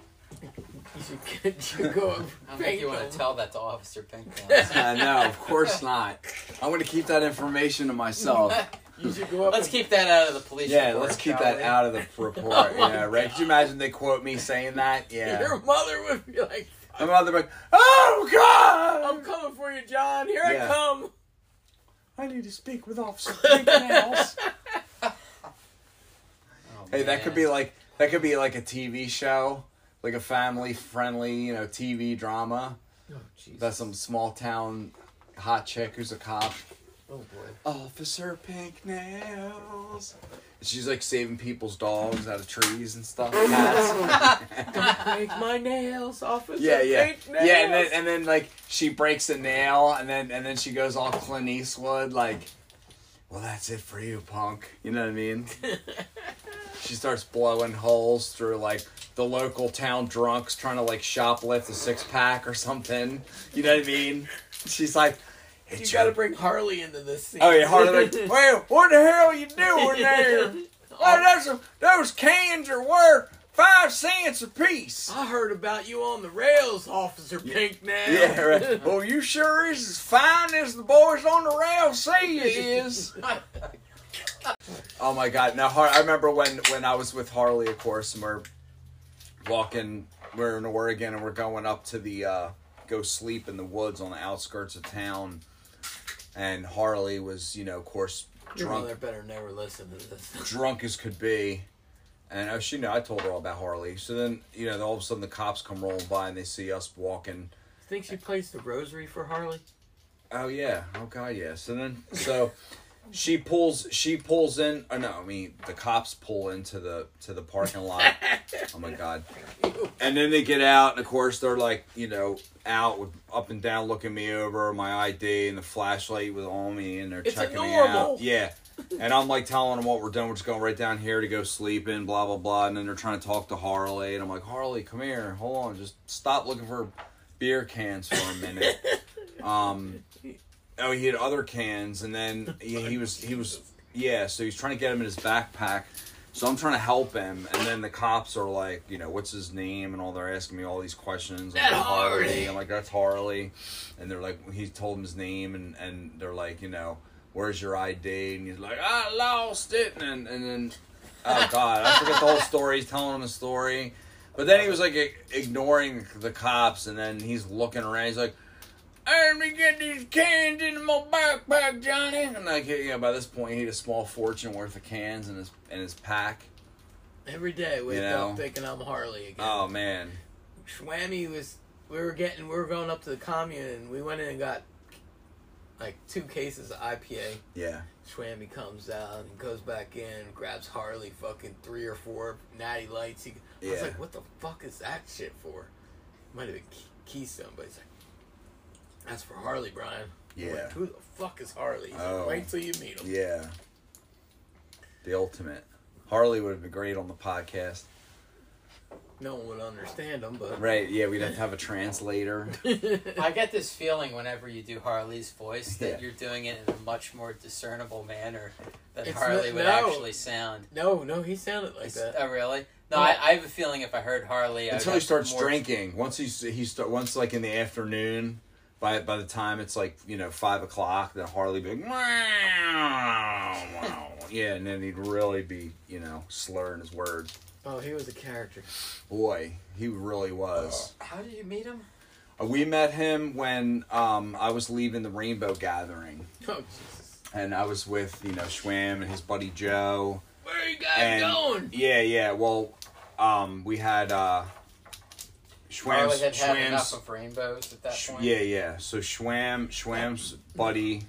[SPEAKER 5] You should get you go and
[SPEAKER 4] I don't think you want
[SPEAKER 5] paint them.
[SPEAKER 4] to tell that to Officer Pinknails.
[SPEAKER 3] Uh, no, of course not. I want to keep that information to myself.
[SPEAKER 5] You should go up.
[SPEAKER 4] let's
[SPEAKER 5] and-
[SPEAKER 4] keep that out of the police.
[SPEAKER 3] Yeah,
[SPEAKER 4] report,
[SPEAKER 3] let's keep
[SPEAKER 4] shall
[SPEAKER 3] that
[SPEAKER 4] we?
[SPEAKER 3] out of the report. yeah, right. Could you imagine they quote me saying that?
[SPEAKER 5] Your
[SPEAKER 3] Yeah.
[SPEAKER 5] mother would be like,
[SPEAKER 3] I'm on the back. Oh
[SPEAKER 5] "I'm coming for you, John. Here I
[SPEAKER 3] Yeah.
[SPEAKER 5] come."
[SPEAKER 3] God! I need to speak with Officer Pinknails.
[SPEAKER 4] Oh,
[SPEAKER 3] hey, that could
[SPEAKER 4] man.
[SPEAKER 3] be like that could be like a TV show, like a family-friendly, you know, TV drama.
[SPEAKER 5] Oh, jeez.
[SPEAKER 3] That's some small town hot chick who's a cop.
[SPEAKER 5] Oh boy.
[SPEAKER 3] Officer Pinknails. She's like saving people's dogs out of trees and stuff. Cats.
[SPEAKER 5] Break my nails, Officer.
[SPEAKER 3] Yeah, yeah,
[SPEAKER 5] Pink Nails.
[SPEAKER 3] yeah, and then and then like she breaks a nail, and then and then she goes all Clint Eastwood, like, well, that's it for you, punk. You know what I mean? she starts blowing holes through like the local town drunks trying to like shoplift a six pack or something. You know what I mean? She's like,
[SPEAKER 5] You
[SPEAKER 3] it's
[SPEAKER 5] gotta
[SPEAKER 3] your-
[SPEAKER 5] bring Harley into this scene.
[SPEAKER 3] Oh yeah, Harley. Like, well, what the hell are you doing there? Oh,
[SPEAKER 5] I,
[SPEAKER 3] those those cans are worth five cents apiece.
[SPEAKER 5] I heard about you on the rails, Officer Pink. Now,
[SPEAKER 3] Yeah, right. Well, you sure is as fine as the boys on the rail say you is. oh my God! Now Har- I remember when when I was with Harley, of course, and we're walking. We're in Oregon, and we're going up to the uh, go sleep in the woods on the outskirts of town. And Harley was, you know, of course,
[SPEAKER 5] Your
[SPEAKER 3] drunk
[SPEAKER 5] mother better never listen to this.
[SPEAKER 3] drunk as could be. And oh, she know I told her all about Harley. So then, you know, all of a sudden the cops come rolling by and they see us walking.
[SPEAKER 5] Think she plays the rosary for Harley?
[SPEAKER 3] Oh yeah. Oh god, yeah. So then, so she pulls. She pulls in. Oh no, I mean the cops pull into the to the parking lot. oh my god. And then they get out, and of course they're like, you know, out with up and down, looking me over, my ID and the flashlight was on me, and they're
[SPEAKER 5] It's a
[SPEAKER 3] checking me
[SPEAKER 5] normal.
[SPEAKER 3] out. Yeah. And I'm like telling them what we're doing. We're just going right down here to go sleep in, blah blah blah. And then they're trying to talk to Harley, and I'm like, Harley, come here, hold on, just stop looking for beer cans for a minute. um, oh, he had other cans, and then he, he was he was yeah. So he's trying to get him in his backpack. So I'm trying to help him, and then the cops are like, you know, what's his name, and all they're asking me all these questions.
[SPEAKER 6] That
[SPEAKER 3] like,
[SPEAKER 6] Harley.
[SPEAKER 3] I'm like, that's Harley, and they're like, he told him his name, and and they're like, you know, where's your ID? And he's like, I lost it, and and then, oh god, I forget the whole story. He's telling him a story. But then he was like ig- ignoring the cops, and then he's looking around. He's like, "Let me get these cans into my backpack, Johnny." And like, you know, by this point, he had a small fortune worth of cans in his in his pack.
[SPEAKER 5] Every day we
[SPEAKER 3] You know?
[SPEAKER 5] up thinking I'm Harley again.
[SPEAKER 3] Oh man,
[SPEAKER 5] Schwammy was we were getting we were going up to the commune and we went in and got like two cases of IPA.
[SPEAKER 3] yeah,
[SPEAKER 5] Schwammy comes out and goes back in, grabs Harley fucking three or four natty lights. He, I was
[SPEAKER 3] Yeah.
[SPEAKER 5] like, what the fuck is that shit for? Might have been Key- Keystone, but he's like, that's for Harley, Brian. I'm like,
[SPEAKER 3] yeah,
[SPEAKER 5] Who the fuck is Harley? He's like,
[SPEAKER 3] Oh.
[SPEAKER 5] Wait till you meet him.
[SPEAKER 3] yeah. The ultimate. Harley would have been great on the podcast,
[SPEAKER 5] No one would understand him, but
[SPEAKER 3] right? Yeah, we'd have to have a translator.
[SPEAKER 4] I get this feeling whenever you do Harley's voice that
[SPEAKER 3] Yeah.
[SPEAKER 4] you're doing it in a much more discernible manner than
[SPEAKER 5] It's
[SPEAKER 4] Harley
[SPEAKER 5] not-
[SPEAKER 4] would
[SPEAKER 5] no.
[SPEAKER 4] actually sound.
[SPEAKER 5] no, no, he sounded like
[SPEAKER 4] It's-
[SPEAKER 5] that.
[SPEAKER 4] oh, really? No,
[SPEAKER 5] Well-
[SPEAKER 4] I, I have a feeling if I heard Harley, I would
[SPEAKER 3] until he
[SPEAKER 4] have
[SPEAKER 3] starts
[SPEAKER 4] more-
[SPEAKER 3] drinking. Once he's he start once like in the afternoon, by by the time it's like you know five o'clock, then Harley be like, "Meow, meow." yeah, and then he'd really be you know slurring his words.
[SPEAKER 5] Oh, he was a character.
[SPEAKER 3] Boy, he really was.
[SPEAKER 4] How did you meet him?
[SPEAKER 3] Uh, We met him when um, I was leaving the Rainbow Gathering,
[SPEAKER 5] Oh, Jesus.
[SPEAKER 3] and I was with you know Schwam and his buddy Joe.
[SPEAKER 5] Where are you guys
[SPEAKER 3] and
[SPEAKER 5] going?
[SPEAKER 3] yeah, yeah. Well, um, we had uh,
[SPEAKER 4] Harley
[SPEAKER 3] Schwam's,
[SPEAKER 4] had had
[SPEAKER 3] Schwam's,
[SPEAKER 4] enough of rainbows at that
[SPEAKER 3] Sh-
[SPEAKER 4] point.
[SPEAKER 3] yeah, yeah. So Schwam, Schwam's buddy,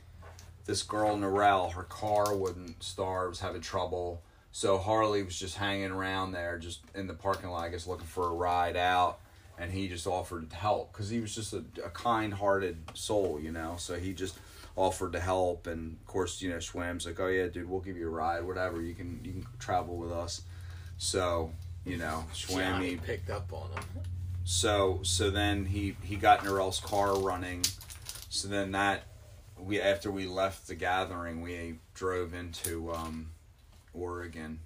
[SPEAKER 3] this girl Narelle, her car wouldn't start, was having trouble. So Harley was just hanging around there, just in the parking lot, I guess, looking for a ride out. And he just offered to help because he was just a, a kind-hearted soul, you know. So he just offered to help, and of course, you know, Schwam's like, "Oh yeah, dude, we'll give you a ride, whatever. You can you can travel with us." So you know,
[SPEAKER 5] Johnny
[SPEAKER 3] Schwammy
[SPEAKER 5] picked up on him.
[SPEAKER 3] so so then he he got Narelle's car running. So then that we after we left the gathering, we drove into um, Oregon,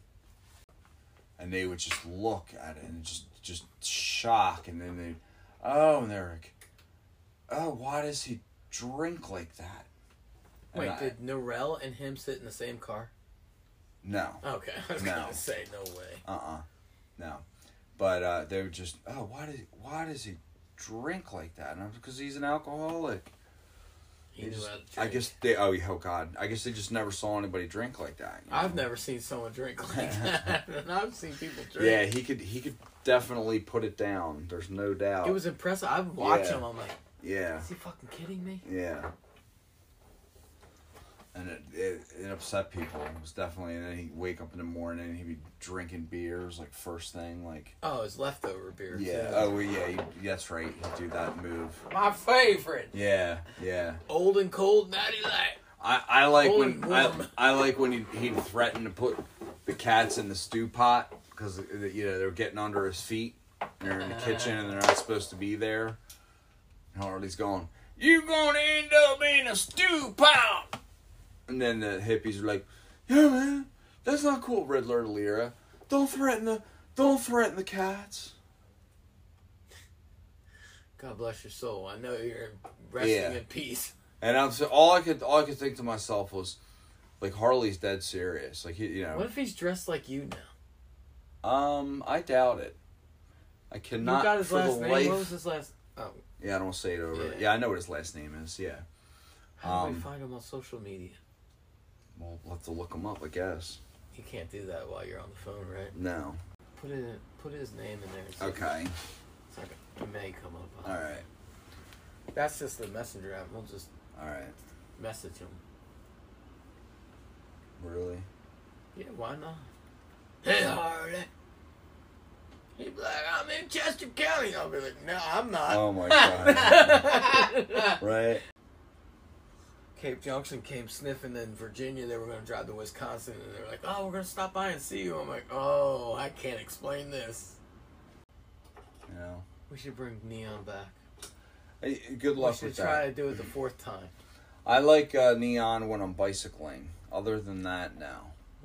[SPEAKER 3] and they would just look at it and just just shock, and then they, oh, and they're like, oh, why does he drink like that? And
[SPEAKER 5] Wait,
[SPEAKER 3] I-
[SPEAKER 5] did Norell and him sit in the same car?
[SPEAKER 3] no.
[SPEAKER 5] Okay, I was
[SPEAKER 3] No.
[SPEAKER 5] gonna say no way.
[SPEAKER 3] uh-uh no but uh they were just oh why does why does he drink like that and i'm because he's an alcoholic
[SPEAKER 5] He
[SPEAKER 3] They
[SPEAKER 5] knew
[SPEAKER 3] just-
[SPEAKER 5] how to
[SPEAKER 3] i
[SPEAKER 5] drink.
[SPEAKER 3] guess they oh yeah, oh god i guess they just never saw anybody drink like that you
[SPEAKER 5] I've
[SPEAKER 3] know?
[SPEAKER 5] never seen someone drink like that, and I've seen people drink.
[SPEAKER 3] yeah he could he could definitely put it down there's no doubt
[SPEAKER 5] it was impressive. I watched
[SPEAKER 3] Yeah.
[SPEAKER 5] him. I'm like,
[SPEAKER 3] yeah
[SPEAKER 5] is he fucking kidding me?
[SPEAKER 3] yeah and it, it, it upset people. It was definitely, and then he'd wake up in the morning and he'd be drinking beers, like first thing, like,
[SPEAKER 5] Oh, it's leftover beer.
[SPEAKER 3] yeah,
[SPEAKER 5] too.
[SPEAKER 3] oh, yeah, he- that's right, he'd do that move.
[SPEAKER 4] My favorite.
[SPEAKER 3] Yeah, yeah.
[SPEAKER 5] old and cold natty light.
[SPEAKER 3] I, I like
[SPEAKER 5] Holy
[SPEAKER 3] when I,
[SPEAKER 5] warm.
[SPEAKER 3] I like when he he threatened to put the cats in the stew pot because you know they're getting under his feet. They're in the kitchen and they're not supposed to be there. And Harley's going, "You gonna end up in a stew pot." And then the hippies are like, "Yeah, man, that's not cool, Riddler and Lyra. Don't threaten the don't threaten the cats."
[SPEAKER 5] God bless your soul. I know you're resting
[SPEAKER 3] Yeah.
[SPEAKER 5] in peace.
[SPEAKER 3] And I'm so all I could all I could think to myself was, like Harley's dead serious. Like he, you know.
[SPEAKER 5] What if he's dressed like you now?
[SPEAKER 3] Um, I doubt it. I cannot
[SPEAKER 5] you got his
[SPEAKER 3] for
[SPEAKER 5] last
[SPEAKER 3] the
[SPEAKER 5] name.
[SPEAKER 3] life.
[SPEAKER 5] What was his last? Oh,
[SPEAKER 3] Yeah, I don't wanna say it over.
[SPEAKER 5] Yeah.
[SPEAKER 3] Yeah. I know what his last name is. Yeah,
[SPEAKER 5] how do we
[SPEAKER 3] Um,
[SPEAKER 5] find him on social media?
[SPEAKER 3] we'll we'll have to look him up, I guess.
[SPEAKER 5] You can't do that while you're on the phone, right?
[SPEAKER 3] No.
[SPEAKER 5] Put it. Put his name in there. and see if
[SPEAKER 3] Okay.
[SPEAKER 5] it's like- It may come up.
[SPEAKER 3] All right.
[SPEAKER 5] That's just the messenger app. We'll just
[SPEAKER 3] All right.
[SPEAKER 5] message him.
[SPEAKER 3] Really?
[SPEAKER 5] Yeah, why not? Hey, Harley. He'd be like, I'm in Chester County. I'll be like, no, I'm not.
[SPEAKER 3] Oh my god. right.
[SPEAKER 5] Cape Junction came sniffing in Virginia. They were going to drive to Wisconsin, and they're like, oh, we're going to stop by and see you. I'm like, oh, I can't explain this.
[SPEAKER 3] You know.
[SPEAKER 5] We should bring Neon back.
[SPEAKER 3] Hey, good
[SPEAKER 5] We
[SPEAKER 3] luck
[SPEAKER 5] should
[SPEAKER 3] with
[SPEAKER 5] try
[SPEAKER 3] that.
[SPEAKER 5] to do it the fourth time.
[SPEAKER 3] I like uh, neon when I'm bicycling. Other than that, no,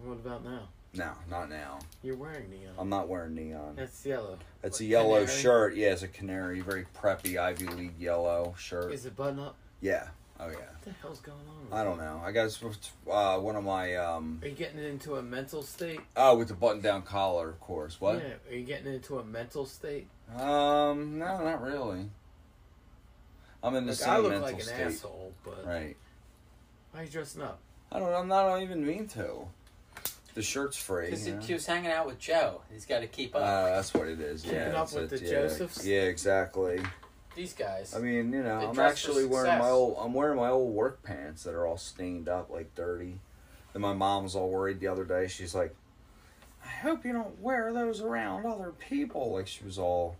[SPEAKER 5] What about now?
[SPEAKER 3] no, not now.
[SPEAKER 5] You're wearing neon.
[SPEAKER 3] I'm not wearing neon.
[SPEAKER 5] That's yellow.
[SPEAKER 3] It's a yellow
[SPEAKER 5] Canary?
[SPEAKER 3] shirt. Yeah, it's a canary, very preppy Ivy League yellow shirt.
[SPEAKER 5] Is it button up?
[SPEAKER 3] yeah. Oh yeah.
[SPEAKER 5] What the hell's going on? with
[SPEAKER 3] I don't know. I got this from, uh, one of my um
[SPEAKER 5] you? Are you getting into a mental state?
[SPEAKER 3] oh with the button down collar, of course. What?
[SPEAKER 5] Yeah. Are you getting into a mental state?
[SPEAKER 3] Um, no, not really. I'm in the
[SPEAKER 5] Like,
[SPEAKER 3] same
[SPEAKER 5] I look
[SPEAKER 3] mental
[SPEAKER 5] like an
[SPEAKER 3] state.
[SPEAKER 5] asshole, but
[SPEAKER 3] Right.
[SPEAKER 5] why are you dressing up?
[SPEAKER 3] I don't. I'm not I don't even mean to. The shirt's free.
[SPEAKER 4] Because
[SPEAKER 3] you know?
[SPEAKER 4] he was hanging out with Joe. He's got to keep up.
[SPEAKER 3] Uh, that's what it is. Yeah,
[SPEAKER 5] Keeping up
[SPEAKER 3] that's
[SPEAKER 5] with
[SPEAKER 3] it,
[SPEAKER 5] the
[SPEAKER 3] yeah.
[SPEAKER 5] Josephs?
[SPEAKER 3] Yeah, exactly.
[SPEAKER 4] These guys.
[SPEAKER 3] I mean, you know,
[SPEAKER 4] They
[SPEAKER 3] I'm
[SPEAKER 4] dress for
[SPEAKER 3] actually wearing my
[SPEAKER 4] success.
[SPEAKER 3] old I'm wearing my old work pants that are all stained up, like dirty. And my mom was all worried the other day. She's like, "I hope you don't wear those around other people." Like she was all.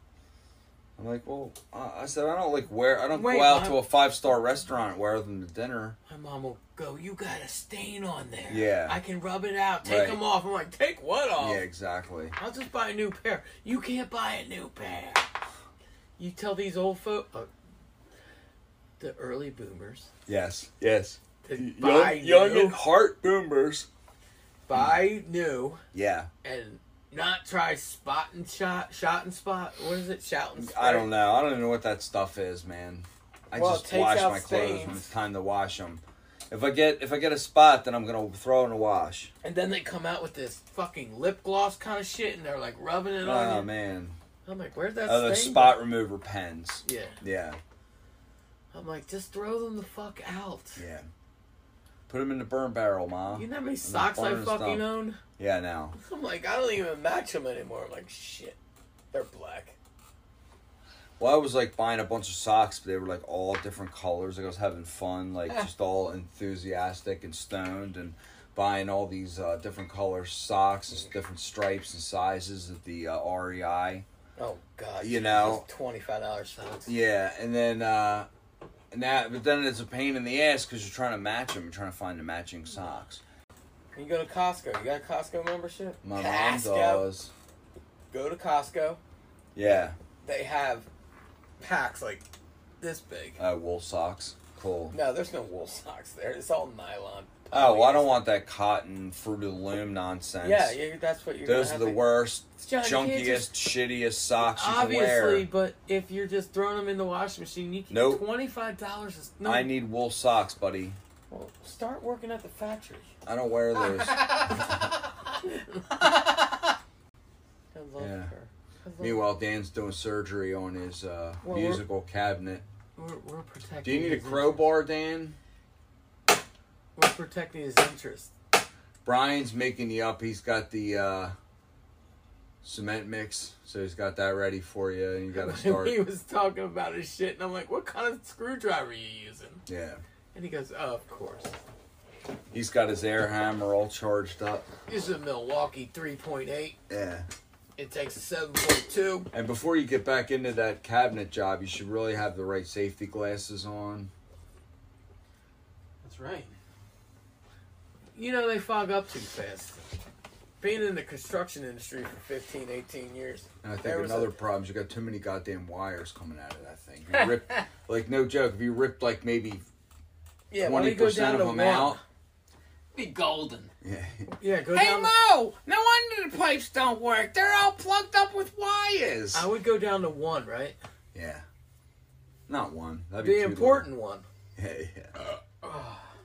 [SPEAKER 3] I'm like, well, uh, I said I don't like wear. I don't
[SPEAKER 5] Wait,
[SPEAKER 3] go out
[SPEAKER 5] Mom.
[SPEAKER 3] to a five star restaurant and wear them to dinner.
[SPEAKER 5] My mom will go. You got a stain on there.
[SPEAKER 3] Yeah.
[SPEAKER 5] I can rub it out. Take
[SPEAKER 3] Right.
[SPEAKER 5] them off. I'm like, take what off?
[SPEAKER 4] Oh.
[SPEAKER 3] Yeah, exactly.
[SPEAKER 5] I'll just buy a new pair. You can't buy a new pair. You tell these old folks, uh, the early boomers,
[SPEAKER 3] Yes, yes.
[SPEAKER 5] to buy
[SPEAKER 3] Young, young
[SPEAKER 5] new,
[SPEAKER 3] and heart boomers.
[SPEAKER 5] buy new,
[SPEAKER 3] Yeah,
[SPEAKER 5] and not try spot and shot, shot and spot. What is it? Shout and spray?
[SPEAKER 3] I don't know. I don't even know what that stuff is, man. I
[SPEAKER 5] Well, it
[SPEAKER 3] just
[SPEAKER 5] takes
[SPEAKER 3] wash
[SPEAKER 5] out
[SPEAKER 3] my clothes when
[SPEAKER 5] stains.
[SPEAKER 3] it's time to wash them. If I get if I get a spot, then I'm gonna throw in a wash.
[SPEAKER 5] And then they come out with this fucking lip gloss kind of shit, and they're like rubbing it on
[SPEAKER 3] Oh
[SPEAKER 5] you.
[SPEAKER 3] man,
[SPEAKER 5] I'm like, where's that
[SPEAKER 3] oh the
[SPEAKER 5] stain?
[SPEAKER 3] spot remover pens.
[SPEAKER 5] Yeah.
[SPEAKER 3] Yeah,
[SPEAKER 5] I'm like, just throw them the fuck out.
[SPEAKER 3] yeah. Put them in the burn barrel, ma.
[SPEAKER 5] You know how many socks I
[SPEAKER 3] burning
[SPEAKER 5] fucking
[SPEAKER 3] stuff.
[SPEAKER 5] own?
[SPEAKER 3] Yeah, now
[SPEAKER 5] I'm like, I don't even match them anymore. I'm like, shit, they're black.
[SPEAKER 3] Well, I was like buying a bunch of socks, but they were like all different colors. Like I was having fun, like
[SPEAKER 5] Ah.
[SPEAKER 3] just all enthusiastic and stoned, and buying all these uh, different color socks, and different stripes and sizes at the uh, REI.
[SPEAKER 5] Oh god,
[SPEAKER 3] You know-
[SPEAKER 5] twenty five dollars socks.
[SPEAKER 3] Yeah, and then uh, now, but then it's a pain in the ass because you're trying to match them. You're trying to find the matching socks.
[SPEAKER 5] You go to Costco. You got a Costco membership?
[SPEAKER 3] My
[SPEAKER 5] Costco.
[SPEAKER 3] mom does.
[SPEAKER 5] Go to Costco.
[SPEAKER 3] Yeah,
[SPEAKER 5] They have packs like this big.
[SPEAKER 3] uh, wool socks. Cool.
[SPEAKER 5] No, there's no wool socks there. It's all nylon.
[SPEAKER 3] Oh, well, I don't want that cotton fruit of the loom nonsense.
[SPEAKER 5] Yeah, you, that's what you're.
[SPEAKER 3] Those are
[SPEAKER 5] gonna
[SPEAKER 3] the
[SPEAKER 5] have to-
[SPEAKER 3] worst,
[SPEAKER 5] John, you can't
[SPEAKER 3] junkiest,
[SPEAKER 5] just-
[SPEAKER 3] shittiest socks you can
[SPEAKER 5] Obviously,
[SPEAKER 3] wear.
[SPEAKER 5] but if you're just throwing them in the washing machine, you can
[SPEAKER 3] Nope.
[SPEAKER 5] twenty five dollars. Is no.
[SPEAKER 3] I need wool socks, buddy.
[SPEAKER 5] Well, start working at the factory.
[SPEAKER 3] I don't wear those.
[SPEAKER 5] I love
[SPEAKER 3] Yeah.
[SPEAKER 5] her. I love
[SPEAKER 3] Meanwhile, Dan's doing surgery on his uh,
[SPEAKER 5] Well, we're-
[SPEAKER 3] musical cabinet.
[SPEAKER 5] We're, we're protecting.
[SPEAKER 3] Do you need a
[SPEAKER 5] his
[SPEAKER 3] crowbar, Dan?
[SPEAKER 5] interest. We're protecting his interest.
[SPEAKER 3] Brian's making you up. He's got the uh, cement mix, so he's got that ready for you, and you got to start.
[SPEAKER 5] he was talking about his shit, and I'm like, "What kind of screwdriver are you using?"
[SPEAKER 3] yeah,
[SPEAKER 5] And he goes, "Oh, of course,
[SPEAKER 3] he's got his air hammer all charged up.
[SPEAKER 5] this is a Milwaukee 3.8.
[SPEAKER 3] Yeah.
[SPEAKER 5] It takes a 7.2."
[SPEAKER 3] And before you get back into that cabinet job, you should really have the right safety glasses on.
[SPEAKER 4] That's right.
[SPEAKER 5] You know they fog up too fast. Being in the construction industry for 15, 18 years,
[SPEAKER 3] And I think
[SPEAKER 5] There was
[SPEAKER 3] another
[SPEAKER 5] a-
[SPEAKER 3] problem is you got too many goddamn wires coming out of that thing. You rip, like no joke, if you ripped like maybe
[SPEAKER 5] yeah, why don't
[SPEAKER 3] twenty
[SPEAKER 5] you go
[SPEAKER 3] percent
[SPEAKER 5] down
[SPEAKER 3] of
[SPEAKER 5] to
[SPEAKER 3] them
[SPEAKER 5] one?
[SPEAKER 3] out.
[SPEAKER 6] Be golden.
[SPEAKER 3] Yeah.
[SPEAKER 5] Yeah, go
[SPEAKER 6] Hey
[SPEAKER 5] down.
[SPEAKER 6] Mo, no wonder the pipes don't work. They're all plugged up with
[SPEAKER 3] wires.
[SPEAKER 5] I would go down to one, right?
[SPEAKER 3] Yeah. Not one. That'd be
[SPEAKER 5] The
[SPEAKER 3] too
[SPEAKER 5] important one.
[SPEAKER 3] Long. Yeah, yeah.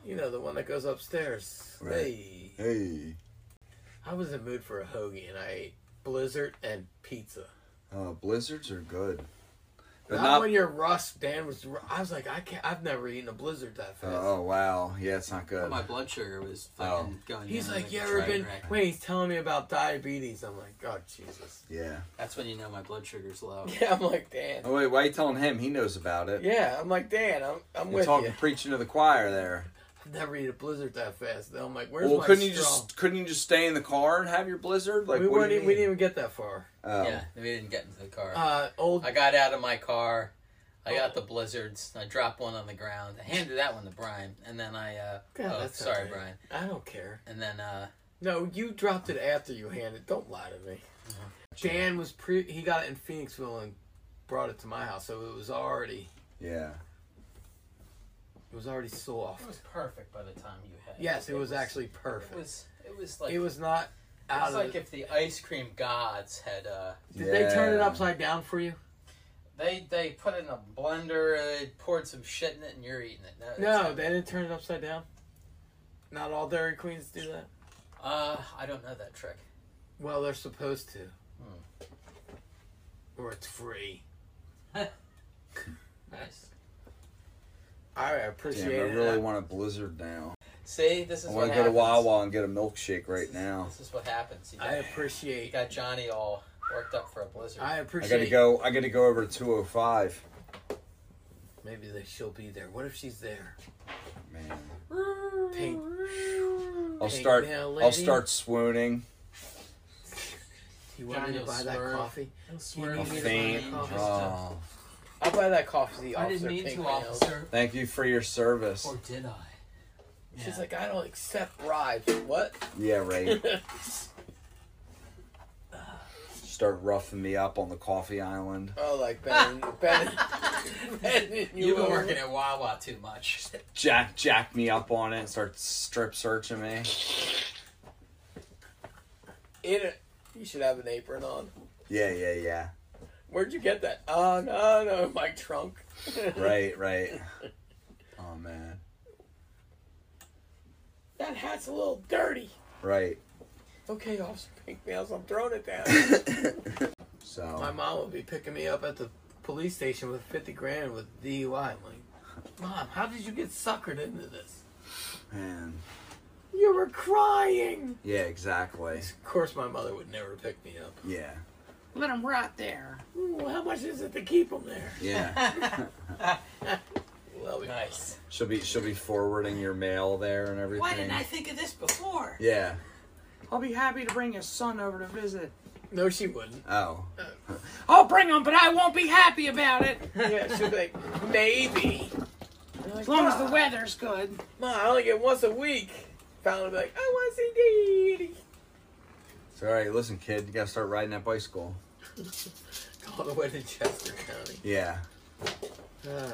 [SPEAKER 5] You know the one that goes upstairs.
[SPEAKER 3] Right.
[SPEAKER 5] Hey.
[SPEAKER 3] Hey.
[SPEAKER 5] I was in the mood for a hoagie and I ate blizzard and pizza.
[SPEAKER 3] Uh, blizzards are good. But
[SPEAKER 5] Not,
[SPEAKER 3] not.
[SPEAKER 5] when you're rust, Dan was. ru- I was like, I can't. I've never eaten a blizzard that fast.
[SPEAKER 3] oh wow. Yeah, it's not good.
[SPEAKER 4] My blood sugar was
[SPEAKER 3] Oh.
[SPEAKER 4] fucking going.
[SPEAKER 5] He's
[SPEAKER 4] down
[SPEAKER 5] like, you
[SPEAKER 4] a
[SPEAKER 5] ever
[SPEAKER 4] train
[SPEAKER 5] been?
[SPEAKER 4] wreck.
[SPEAKER 5] Wait, he's telling me about diabetes. I'm like, oh Jesus.
[SPEAKER 3] Yeah.
[SPEAKER 4] That's when you know my blood sugar's low.
[SPEAKER 5] Yeah, I'm like Dan.
[SPEAKER 3] Oh wait, why are you telling him? He knows about it.
[SPEAKER 5] Yeah, I'm like Dan. I'm, I'm
[SPEAKER 3] You're
[SPEAKER 5] with
[SPEAKER 3] talking
[SPEAKER 5] you.
[SPEAKER 3] preaching to the choir there.
[SPEAKER 5] I've never eaten a blizzard that fast. Though. I'm like, where's
[SPEAKER 3] well,
[SPEAKER 5] my
[SPEAKER 3] couldn't
[SPEAKER 5] straw?
[SPEAKER 3] you just couldn't you just stay in the car and have your blizzard? Like
[SPEAKER 5] we
[SPEAKER 3] what
[SPEAKER 5] weren't.
[SPEAKER 3] do you
[SPEAKER 5] e- We
[SPEAKER 3] mean?
[SPEAKER 5] didn't even get that far.
[SPEAKER 3] Oh.
[SPEAKER 4] Yeah, we didn't get into the car.
[SPEAKER 5] Uh, old.
[SPEAKER 4] I got out of my car. I got
[SPEAKER 5] Oh.
[SPEAKER 4] the blizzards. I dropped one on the ground. I handed that one to Brian, and then I. Uh,
[SPEAKER 5] God,
[SPEAKER 4] oh,
[SPEAKER 5] that's
[SPEAKER 4] sorry,
[SPEAKER 5] okay.
[SPEAKER 4] Brian.
[SPEAKER 5] I don't care.
[SPEAKER 4] And then uh,
[SPEAKER 5] No, you dropped it after you handed. Don't lie to me.
[SPEAKER 3] Uh-huh.
[SPEAKER 5] Dan was pre. He got it in Phoenixville and brought it to my house, so it was already.
[SPEAKER 3] Yeah.
[SPEAKER 5] It was already soft.
[SPEAKER 7] It was perfect by the time you had.
[SPEAKER 5] Yes, it was actually perfect.
[SPEAKER 7] It was. It was like.
[SPEAKER 5] it was not
[SPEAKER 7] it
[SPEAKER 5] out
[SPEAKER 7] was
[SPEAKER 5] of.
[SPEAKER 7] like if the ice cream gods had. uh
[SPEAKER 5] did they turn it
[SPEAKER 3] Yeah.
[SPEAKER 5] upside down for you?
[SPEAKER 7] They they put it in a blender. uh, They poured some shit in it, and you're eating it. it's-
[SPEAKER 5] No, they didn't turn it upside down. Not all Dairy Queens do that.
[SPEAKER 7] Uh, I don't know that trick.
[SPEAKER 5] Well, they're supposed to. Or it's free.
[SPEAKER 7] Nice.
[SPEAKER 5] I
[SPEAKER 3] Damn,
[SPEAKER 5] appreciate
[SPEAKER 3] I
[SPEAKER 5] it.
[SPEAKER 3] really want a blizzard now.
[SPEAKER 7] See, this is
[SPEAKER 3] I
[SPEAKER 7] what
[SPEAKER 3] want to go to
[SPEAKER 7] happens.
[SPEAKER 3] Wawa and get a milkshake right
[SPEAKER 7] This is-
[SPEAKER 3] now.
[SPEAKER 7] This is what happens. You got,
[SPEAKER 5] I
[SPEAKER 7] you
[SPEAKER 5] appreciate.
[SPEAKER 7] got Johnny all worked up for a blizzard.
[SPEAKER 5] I
[SPEAKER 3] I
[SPEAKER 5] appreciate.
[SPEAKER 3] gotta go. I gotta go over to 205.
[SPEAKER 5] Maybe they, she'll be there. What if she's there?
[SPEAKER 3] Man,
[SPEAKER 5] Pink.
[SPEAKER 3] I'll
[SPEAKER 5] Hey,
[SPEAKER 3] start.
[SPEAKER 5] now,
[SPEAKER 3] I'll
[SPEAKER 5] lady.
[SPEAKER 3] start swooning.
[SPEAKER 5] You want me
[SPEAKER 7] Johnny
[SPEAKER 5] to
[SPEAKER 7] will
[SPEAKER 5] buy that
[SPEAKER 7] swerve.
[SPEAKER 5] coffee?
[SPEAKER 7] swear
[SPEAKER 5] You
[SPEAKER 3] I'll
[SPEAKER 5] need me to
[SPEAKER 3] faint.
[SPEAKER 5] buy that coffee?
[SPEAKER 3] Oh,
[SPEAKER 5] I'll buy that coffee. for The
[SPEAKER 7] I
[SPEAKER 5] officer
[SPEAKER 7] didn't mean
[SPEAKER 5] Pink
[SPEAKER 7] to,
[SPEAKER 5] Nails.
[SPEAKER 7] officer.
[SPEAKER 3] thank you for your service.
[SPEAKER 6] Oh.
[SPEAKER 7] Or did I?
[SPEAKER 5] She's like, I don't accept bribes. What?
[SPEAKER 3] Yeah, right. Start roughing me up on the coffee island.
[SPEAKER 5] Oh, like Ben. ben, ben
[SPEAKER 7] You've been working at Wawa too much.
[SPEAKER 3] Jack, jack me up on it and start strip searching me.
[SPEAKER 5] in it. You should have an apron on.
[SPEAKER 3] Yeah, yeah, yeah.
[SPEAKER 5] Where'd you get that? Oh no, no, my trunk.
[SPEAKER 3] Right, right. Oh man.
[SPEAKER 5] That hat's a little dirty.
[SPEAKER 3] Right.
[SPEAKER 5] Okay, Officer Pink Nails, I'm throwing it down. my
[SPEAKER 3] So
[SPEAKER 5] mom would be picking me up at the police station with 50 grand with DUI. I'm like, Mom, how did you get suckered into this?
[SPEAKER 3] man.
[SPEAKER 5] You were crying.
[SPEAKER 3] Yeah, exactly.
[SPEAKER 5] Of course, my mother would never pick me up.
[SPEAKER 3] Yeah.
[SPEAKER 6] Let him rot there.
[SPEAKER 5] Ooh, how much is it to keep them there?
[SPEAKER 3] Yeah.
[SPEAKER 5] Well, we-
[SPEAKER 7] Nice.
[SPEAKER 3] She'll be she'll be forwarding your mail there and everything.
[SPEAKER 6] Why didn't I think of this before?
[SPEAKER 3] Yeah.
[SPEAKER 6] I'll be happy to bring your son over to visit.
[SPEAKER 5] No, she wouldn't.
[SPEAKER 3] Oh.
[SPEAKER 6] I'll bring him, but I won't be happy about it
[SPEAKER 5] Yeah, she'd be like, maybe. I'm like,
[SPEAKER 6] as long as the
[SPEAKER 5] "Mom,
[SPEAKER 6] weather's good.
[SPEAKER 5] Mom, I only get once a week. Fallon would be like, I want to see Dee Dee.
[SPEAKER 3] It's all right. Listen, kid, you gotta start riding that bicycle.
[SPEAKER 5] All the way to Chester County.
[SPEAKER 3] Yeah.
[SPEAKER 7] The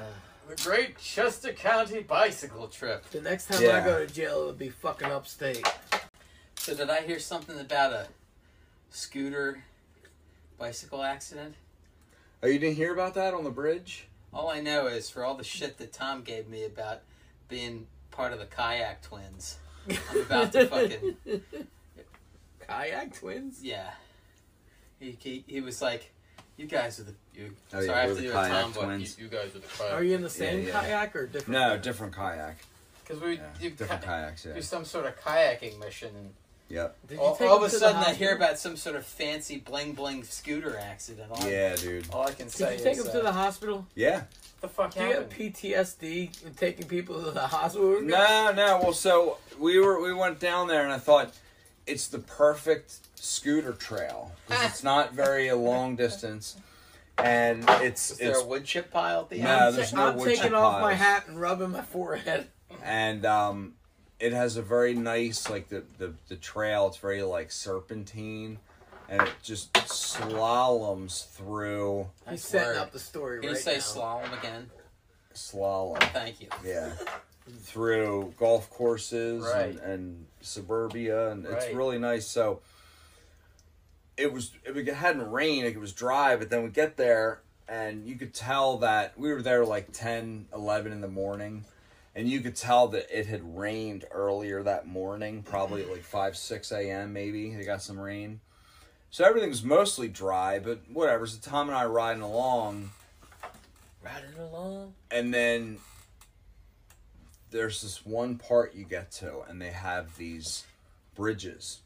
[SPEAKER 7] Great Chester County bicycle trip.
[SPEAKER 5] the next time
[SPEAKER 3] Yeah.
[SPEAKER 5] I go to jail, it'll be fucking upstate.
[SPEAKER 7] So did I hear something about a scooter bicycle accident?
[SPEAKER 3] Oh, you didn't hear about that on the bridge?
[SPEAKER 7] All I know is for all the shit that Tom gave me about being part of the kayak twins, I'm about to fucking
[SPEAKER 5] Kayak twins?
[SPEAKER 7] yeah. He he, he was like, "You guys are the you."
[SPEAKER 3] Oh,
[SPEAKER 7] sorry,
[SPEAKER 3] yeah,
[SPEAKER 7] I have
[SPEAKER 3] we're
[SPEAKER 7] to
[SPEAKER 3] the
[SPEAKER 7] do a
[SPEAKER 3] kayak
[SPEAKER 7] Tom
[SPEAKER 3] twins.
[SPEAKER 7] voice. You, you guys are the
[SPEAKER 5] Are
[SPEAKER 7] kayak.
[SPEAKER 5] you in the same
[SPEAKER 3] Yeah, yeah.
[SPEAKER 5] kayak or different?
[SPEAKER 3] No,
[SPEAKER 5] kayak?
[SPEAKER 3] different kayak.
[SPEAKER 7] Because we
[SPEAKER 3] Yeah.
[SPEAKER 7] do,
[SPEAKER 3] Different kayaks. Yeah.
[SPEAKER 7] do some sort of kayaking mission, and
[SPEAKER 3] Yep.
[SPEAKER 5] Did you
[SPEAKER 7] all,
[SPEAKER 5] take
[SPEAKER 7] all of
[SPEAKER 5] them
[SPEAKER 7] a
[SPEAKER 5] to the
[SPEAKER 7] sudden I hear
[SPEAKER 5] hospital?
[SPEAKER 7] about some sort of fancy bling bling scooter accident. All,
[SPEAKER 3] Yeah, dude.
[SPEAKER 7] I, all I can say
[SPEAKER 5] Did you take
[SPEAKER 7] is
[SPEAKER 5] them to
[SPEAKER 7] uh,
[SPEAKER 5] the hospital?
[SPEAKER 3] Yeah.
[SPEAKER 7] the fuck
[SPEAKER 5] Do you have
[SPEAKER 7] happened.
[SPEAKER 5] PTSD and taking people to the hospital?
[SPEAKER 3] No, no. Well, so we were we went down there, and I thought it's the perfect scooter trail 'cause it's not very a long distance, and it's
[SPEAKER 7] Is there
[SPEAKER 3] it's
[SPEAKER 7] a wood chip pile at the
[SPEAKER 3] No,
[SPEAKER 7] end?
[SPEAKER 3] there's no
[SPEAKER 5] I'm
[SPEAKER 3] wood chip
[SPEAKER 5] taking off my
[SPEAKER 3] piles.
[SPEAKER 5] hat and rubbing my forehead.
[SPEAKER 3] and um, it has a very nice like the the the trail. It's very like serpentine, and it just slaloms through
[SPEAKER 5] He's
[SPEAKER 7] Nice
[SPEAKER 5] setting
[SPEAKER 7] word.
[SPEAKER 5] up the story
[SPEAKER 7] Can
[SPEAKER 5] right
[SPEAKER 7] you say
[SPEAKER 5] now.
[SPEAKER 7] slalom again?
[SPEAKER 3] slalom.
[SPEAKER 7] Thank you.
[SPEAKER 3] Yeah. Through golf courses and,
[SPEAKER 7] Right.
[SPEAKER 3] and suburbia, and it's
[SPEAKER 7] Right.
[SPEAKER 3] really nice. So it was it hadn't rained; like, it was dry. But then we get there, and you could tell that we were there like 10, 11 in the morning, and you could tell that it had rained earlier that morning, probably at like five six a.m. Maybe they got some rain. So everything's mostly dry, but whatever. So Tom and I riding along,
[SPEAKER 5] Riding along.
[SPEAKER 3] and then there's this one part you get to and they have these bridges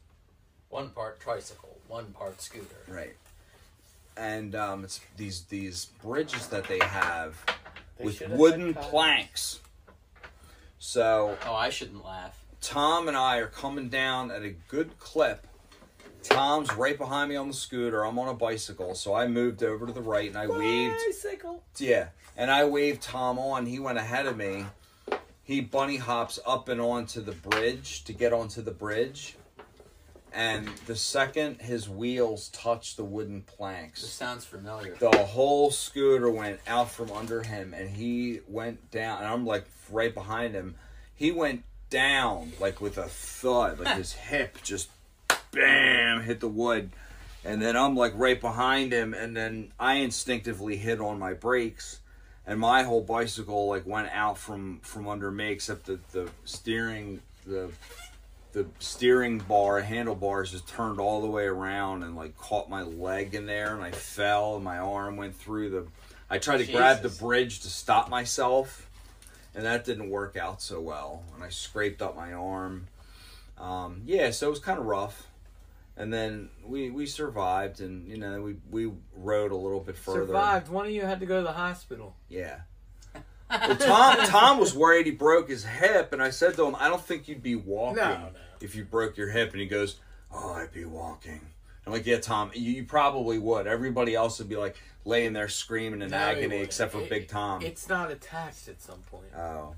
[SPEAKER 7] One part tricycle, one part scooter.
[SPEAKER 3] right and um, it's these these bridges that they have with
[SPEAKER 5] should have
[SPEAKER 3] wooden
[SPEAKER 5] had kayaks.
[SPEAKER 3] planks so
[SPEAKER 7] Oh, I shouldn't laugh.
[SPEAKER 3] tom and i are coming down at a good clip tom's right behind me on the scooter i'm on a bicycle so i moved over to the right and i waved
[SPEAKER 5] Bicycle.
[SPEAKER 3] Yeah, and I waved Tom on. He went ahead of me. He bunny hops up and onto the bridge to get onto the bridge, and the second his wheels touched the wooden
[SPEAKER 4] This
[SPEAKER 3] planks,
[SPEAKER 4] sounds familiar.
[SPEAKER 3] the whole scooter went out from under him, and he went down. And I'm like right behind him. He went down like with a thud, like his hip just bam hit the wood, and then I'm like right behind him, and then I instinctively hit on my brakes. And my whole bicycle like went out from from under me, except that the steering the the steering bar handlebars just turned all the way around and like caught my leg in there and I fell and my arm went through the I tried to grab the
[SPEAKER 4] Jesus.
[SPEAKER 3] bridge to stop myself and that didn't work out so well and I scraped up my arm um, yeah so it was kind of rough and then we we survived and you know we we rode a little bit further
[SPEAKER 5] Survived. One of you had to go to the hospital.
[SPEAKER 3] yeah. Well, Tom Tom was worried he broke his hip, and I said to him, "I don't think you'd be walking
[SPEAKER 5] No, no.
[SPEAKER 3] if you broke your hip." And he goes, "Oh, I'd be walking." I'm like, "Yeah, Tom, you, you probably would. Everybody else would be like laying there screaming in
[SPEAKER 5] No, he
[SPEAKER 3] agony,
[SPEAKER 5] wouldn't.
[SPEAKER 3] except for
[SPEAKER 5] It-
[SPEAKER 3] Big Tom."
[SPEAKER 5] It's not attached at some point.
[SPEAKER 3] oh,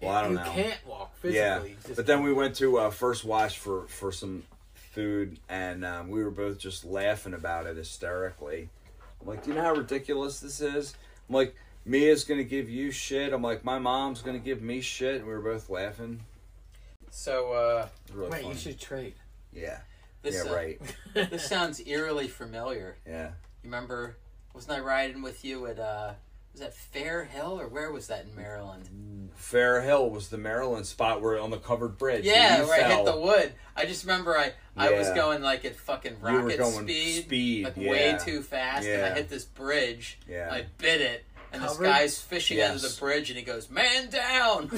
[SPEAKER 3] well, I don't
[SPEAKER 5] you
[SPEAKER 3] know.
[SPEAKER 5] can't walk
[SPEAKER 3] yeah,
[SPEAKER 5] physically. just-
[SPEAKER 3] but then we went to uh, First Watch for for some food, and um, we were both just laughing about it hysterically. I'm like, do you know how ridiculous this is? I'm like, Mia's gonna give you shit. I'm like, my mom's gonna give me shit, and we were both laughing.
[SPEAKER 4] So uh,
[SPEAKER 3] It was really
[SPEAKER 5] Wait, you
[SPEAKER 3] funny.
[SPEAKER 5] should trade.
[SPEAKER 3] Yeah,
[SPEAKER 4] this
[SPEAKER 3] yeah,
[SPEAKER 4] uh,
[SPEAKER 3] right.
[SPEAKER 4] this sounds eerily familiar.
[SPEAKER 3] Yeah,
[SPEAKER 4] You remember? Wasn't I riding with you at uh? Was that Fair Hill or where was that in Maryland?
[SPEAKER 3] Fair Hill was the Maryland spot where on the covered bridge.
[SPEAKER 4] Yeah,
[SPEAKER 3] you
[SPEAKER 4] where I hit
[SPEAKER 3] fell.
[SPEAKER 4] the wood. I just remember I I was
[SPEAKER 3] Yeah.
[SPEAKER 4] going like at fucking
[SPEAKER 3] You were
[SPEAKER 4] rocket
[SPEAKER 3] going
[SPEAKER 4] speed,
[SPEAKER 3] speed,
[SPEAKER 4] like
[SPEAKER 3] yeah.
[SPEAKER 4] way too fast, and
[SPEAKER 3] Yeah.
[SPEAKER 4] I hit this bridge.
[SPEAKER 3] Yeah.
[SPEAKER 4] I bit it, and
[SPEAKER 5] Covered?
[SPEAKER 4] this guy's fishing under
[SPEAKER 3] Yes.
[SPEAKER 4] the bridge, and he goes, "Man down!"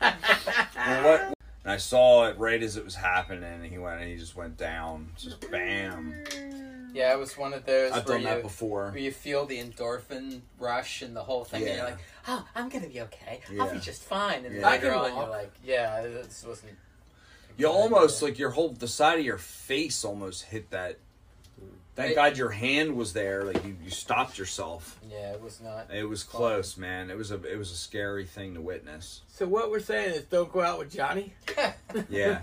[SPEAKER 3] And what? And I saw it right as it was happening, and he went, and he just went down, just bam.
[SPEAKER 4] yeah, it was one of those
[SPEAKER 3] I've
[SPEAKER 4] where
[SPEAKER 3] done
[SPEAKER 4] you
[SPEAKER 3] that before.
[SPEAKER 4] where you feel the endorphin rush and the whole thing, and you're
[SPEAKER 3] Yeah.
[SPEAKER 4] like, "Oh, I'm gonna be okay. I'll
[SPEAKER 3] Yeah.
[SPEAKER 4] be just fine." And
[SPEAKER 3] Yeah. I
[SPEAKER 4] later
[SPEAKER 5] can
[SPEAKER 4] on,
[SPEAKER 5] walk.
[SPEAKER 4] you're like, "Yeah, this wasn't."
[SPEAKER 3] You almost like your whole the side of your face almost hit that. Thank
[SPEAKER 4] It-
[SPEAKER 3] God your hand was there. Like you, you stopped yourself.
[SPEAKER 4] Yeah, it was not.
[SPEAKER 3] It was close, man. It was a it was a scary thing to witness.
[SPEAKER 5] So what we're saying is, don't go out with Johnny.
[SPEAKER 3] Yeah,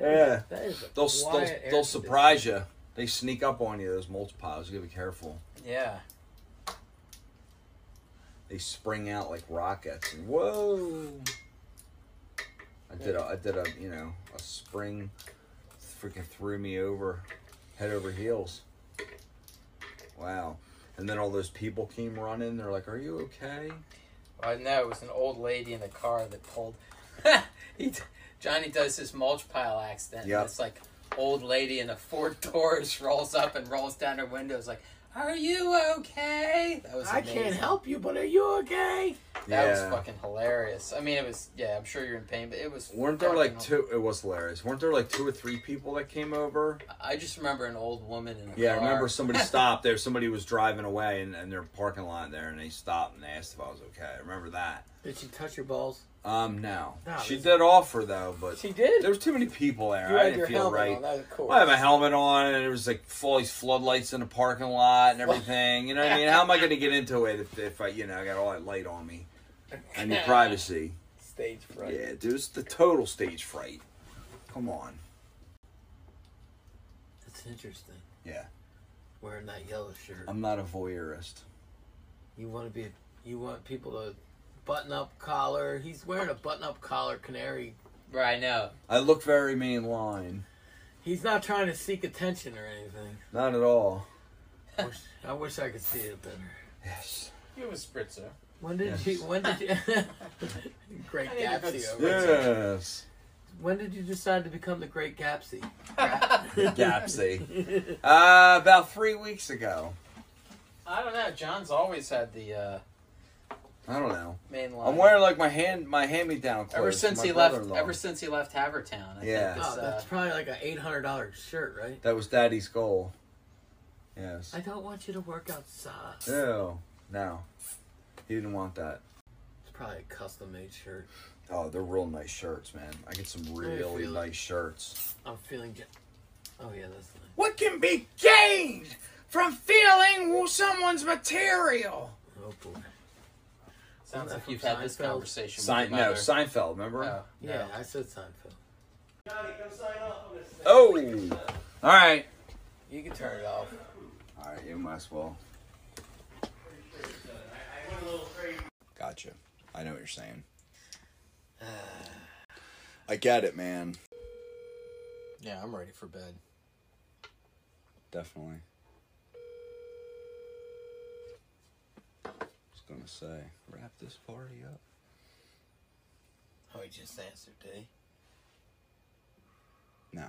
[SPEAKER 3] yeah.
[SPEAKER 5] That is a
[SPEAKER 3] They'll
[SPEAKER 5] quiet
[SPEAKER 3] they'll,
[SPEAKER 5] air
[SPEAKER 3] they'll
[SPEAKER 5] conditioning.
[SPEAKER 3] surprise you. They sneak up on you. Those multipliers. You gotta be careful.
[SPEAKER 4] Yeah.
[SPEAKER 3] They spring out like rockets. And whoa! I did a I did a you know a spring, freaking threw me over, head over heels. Wow! And then all those people came running. They're like, "Are you okay?"
[SPEAKER 4] Uh, no, it was an old lady in the car that pulled. he, Johnny does this mulch pile accident.
[SPEAKER 3] Yep.
[SPEAKER 4] And it's like old lady in a Ford Taurus rolls up and rolls down her windows like, "Are you okay?" That was
[SPEAKER 5] I
[SPEAKER 4] amazing.
[SPEAKER 5] can't help you, but are you okay?
[SPEAKER 4] That was fucking hilarious. I mean, it was. Yeah, I'm sure you're in pain, but it was.
[SPEAKER 3] Weren't there like
[SPEAKER 4] fucking-
[SPEAKER 3] two? It was hilarious. Weren't there like two or three people that came over?
[SPEAKER 4] I just remember an old woman in a
[SPEAKER 3] Yeah, I
[SPEAKER 4] car.
[SPEAKER 3] remember somebody stopped there. Somebody was driving away, and, and their parking lot there, and they stopped and asked if I was okay. I remember that.
[SPEAKER 5] Did she touch your balls?
[SPEAKER 3] Um, no,
[SPEAKER 5] No,
[SPEAKER 3] she
[SPEAKER 5] this-
[SPEAKER 3] did offer though, but
[SPEAKER 5] She did.
[SPEAKER 3] There was too many people there.
[SPEAKER 5] You had
[SPEAKER 3] I didn't
[SPEAKER 5] your
[SPEAKER 3] feel
[SPEAKER 5] helmet
[SPEAKER 3] right.
[SPEAKER 5] on. That was cool.
[SPEAKER 3] I had my helmet on, and there was like all these floodlights in the parking lot and everything. You know what I mean? How am I going to get into it if, if I, you know, I got all that light on me? I need privacy.
[SPEAKER 5] Stage fright.
[SPEAKER 3] Yeah, dude, it's the total stage fright. Come on.
[SPEAKER 5] That's interesting.
[SPEAKER 3] Yeah.
[SPEAKER 5] Wearing that yellow shirt.
[SPEAKER 3] I'm not a voyeurist.
[SPEAKER 5] You want to be. You want people to button up collar. He's wearing a button up collar canary.
[SPEAKER 4] Right, I know.
[SPEAKER 3] I look very mainline.
[SPEAKER 5] He's not trying to seek attention or anything.
[SPEAKER 3] Not at all.
[SPEAKER 5] Wish- I wish I could see it better.
[SPEAKER 3] Yes.
[SPEAKER 8] It was spritzer.
[SPEAKER 5] When did
[SPEAKER 3] Yes.
[SPEAKER 5] you? When did you? Great
[SPEAKER 8] I need to go to
[SPEAKER 5] Gapsy. over there.
[SPEAKER 3] Yes.
[SPEAKER 5] When did you decide to become the Great uh, Gapsy?
[SPEAKER 3] Gapsy. Uh, about three weeks ago.
[SPEAKER 4] I don't know. John's always had the uh,
[SPEAKER 3] I don't know.
[SPEAKER 4] main line.
[SPEAKER 3] I'm wearing like my hand, my hand-me-down clothes.
[SPEAKER 4] Ever
[SPEAKER 3] from
[SPEAKER 4] since
[SPEAKER 3] my
[SPEAKER 4] he left,
[SPEAKER 3] brother-in-law.
[SPEAKER 4] ever since he left Havertown, I
[SPEAKER 3] Yeah.
[SPEAKER 4] think
[SPEAKER 5] Oh,
[SPEAKER 4] this, uh,
[SPEAKER 5] that's probably like an eight hundred dollar shirt, right?
[SPEAKER 3] That was Daddy's goal. Yes.
[SPEAKER 5] I don't want you to work outside.
[SPEAKER 3] Ew. No. He didn't want that.
[SPEAKER 5] It's probably a custom made shirt.
[SPEAKER 3] Oh, they're real nice shirts, man. I get some really
[SPEAKER 5] feel it.
[SPEAKER 3] nice shirts.
[SPEAKER 5] I'm feeling. Ge- oh yeah, that's nice.
[SPEAKER 3] What can be gained from feeling someone's material?
[SPEAKER 5] Oh boy.
[SPEAKER 4] sounds like
[SPEAKER 5] From
[SPEAKER 4] you've had this
[SPEAKER 5] Seinfeld?
[SPEAKER 4] conversation.
[SPEAKER 3] Sein-
[SPEAKER 4] with your
[SPEAKER 3] no,
[SPEAKER 4] mother.
[SPEAKER 3] Seinfeld, remember?
[SPEAKER 4] Oh,
[SPEAKER 5] Yeah,
[SPEAKER 4] no.
[SPEAKER 5] I said Seinfeld.
[SPEAKER 3] Oh. All right.
[SPEAKER 1] You can turn it off.
[SPEAKER 3] All right, you might as well. Gotcha. I know what you're saying. I get it, man.
[SPEAKER 4] Yeah, I'm ready for bed.
[SPEAKER 3] Definitely. was gonna say, wrap this party up.
[SPEAKER 1] Oh, he just answered, did he?
[SPEAKER 3] No.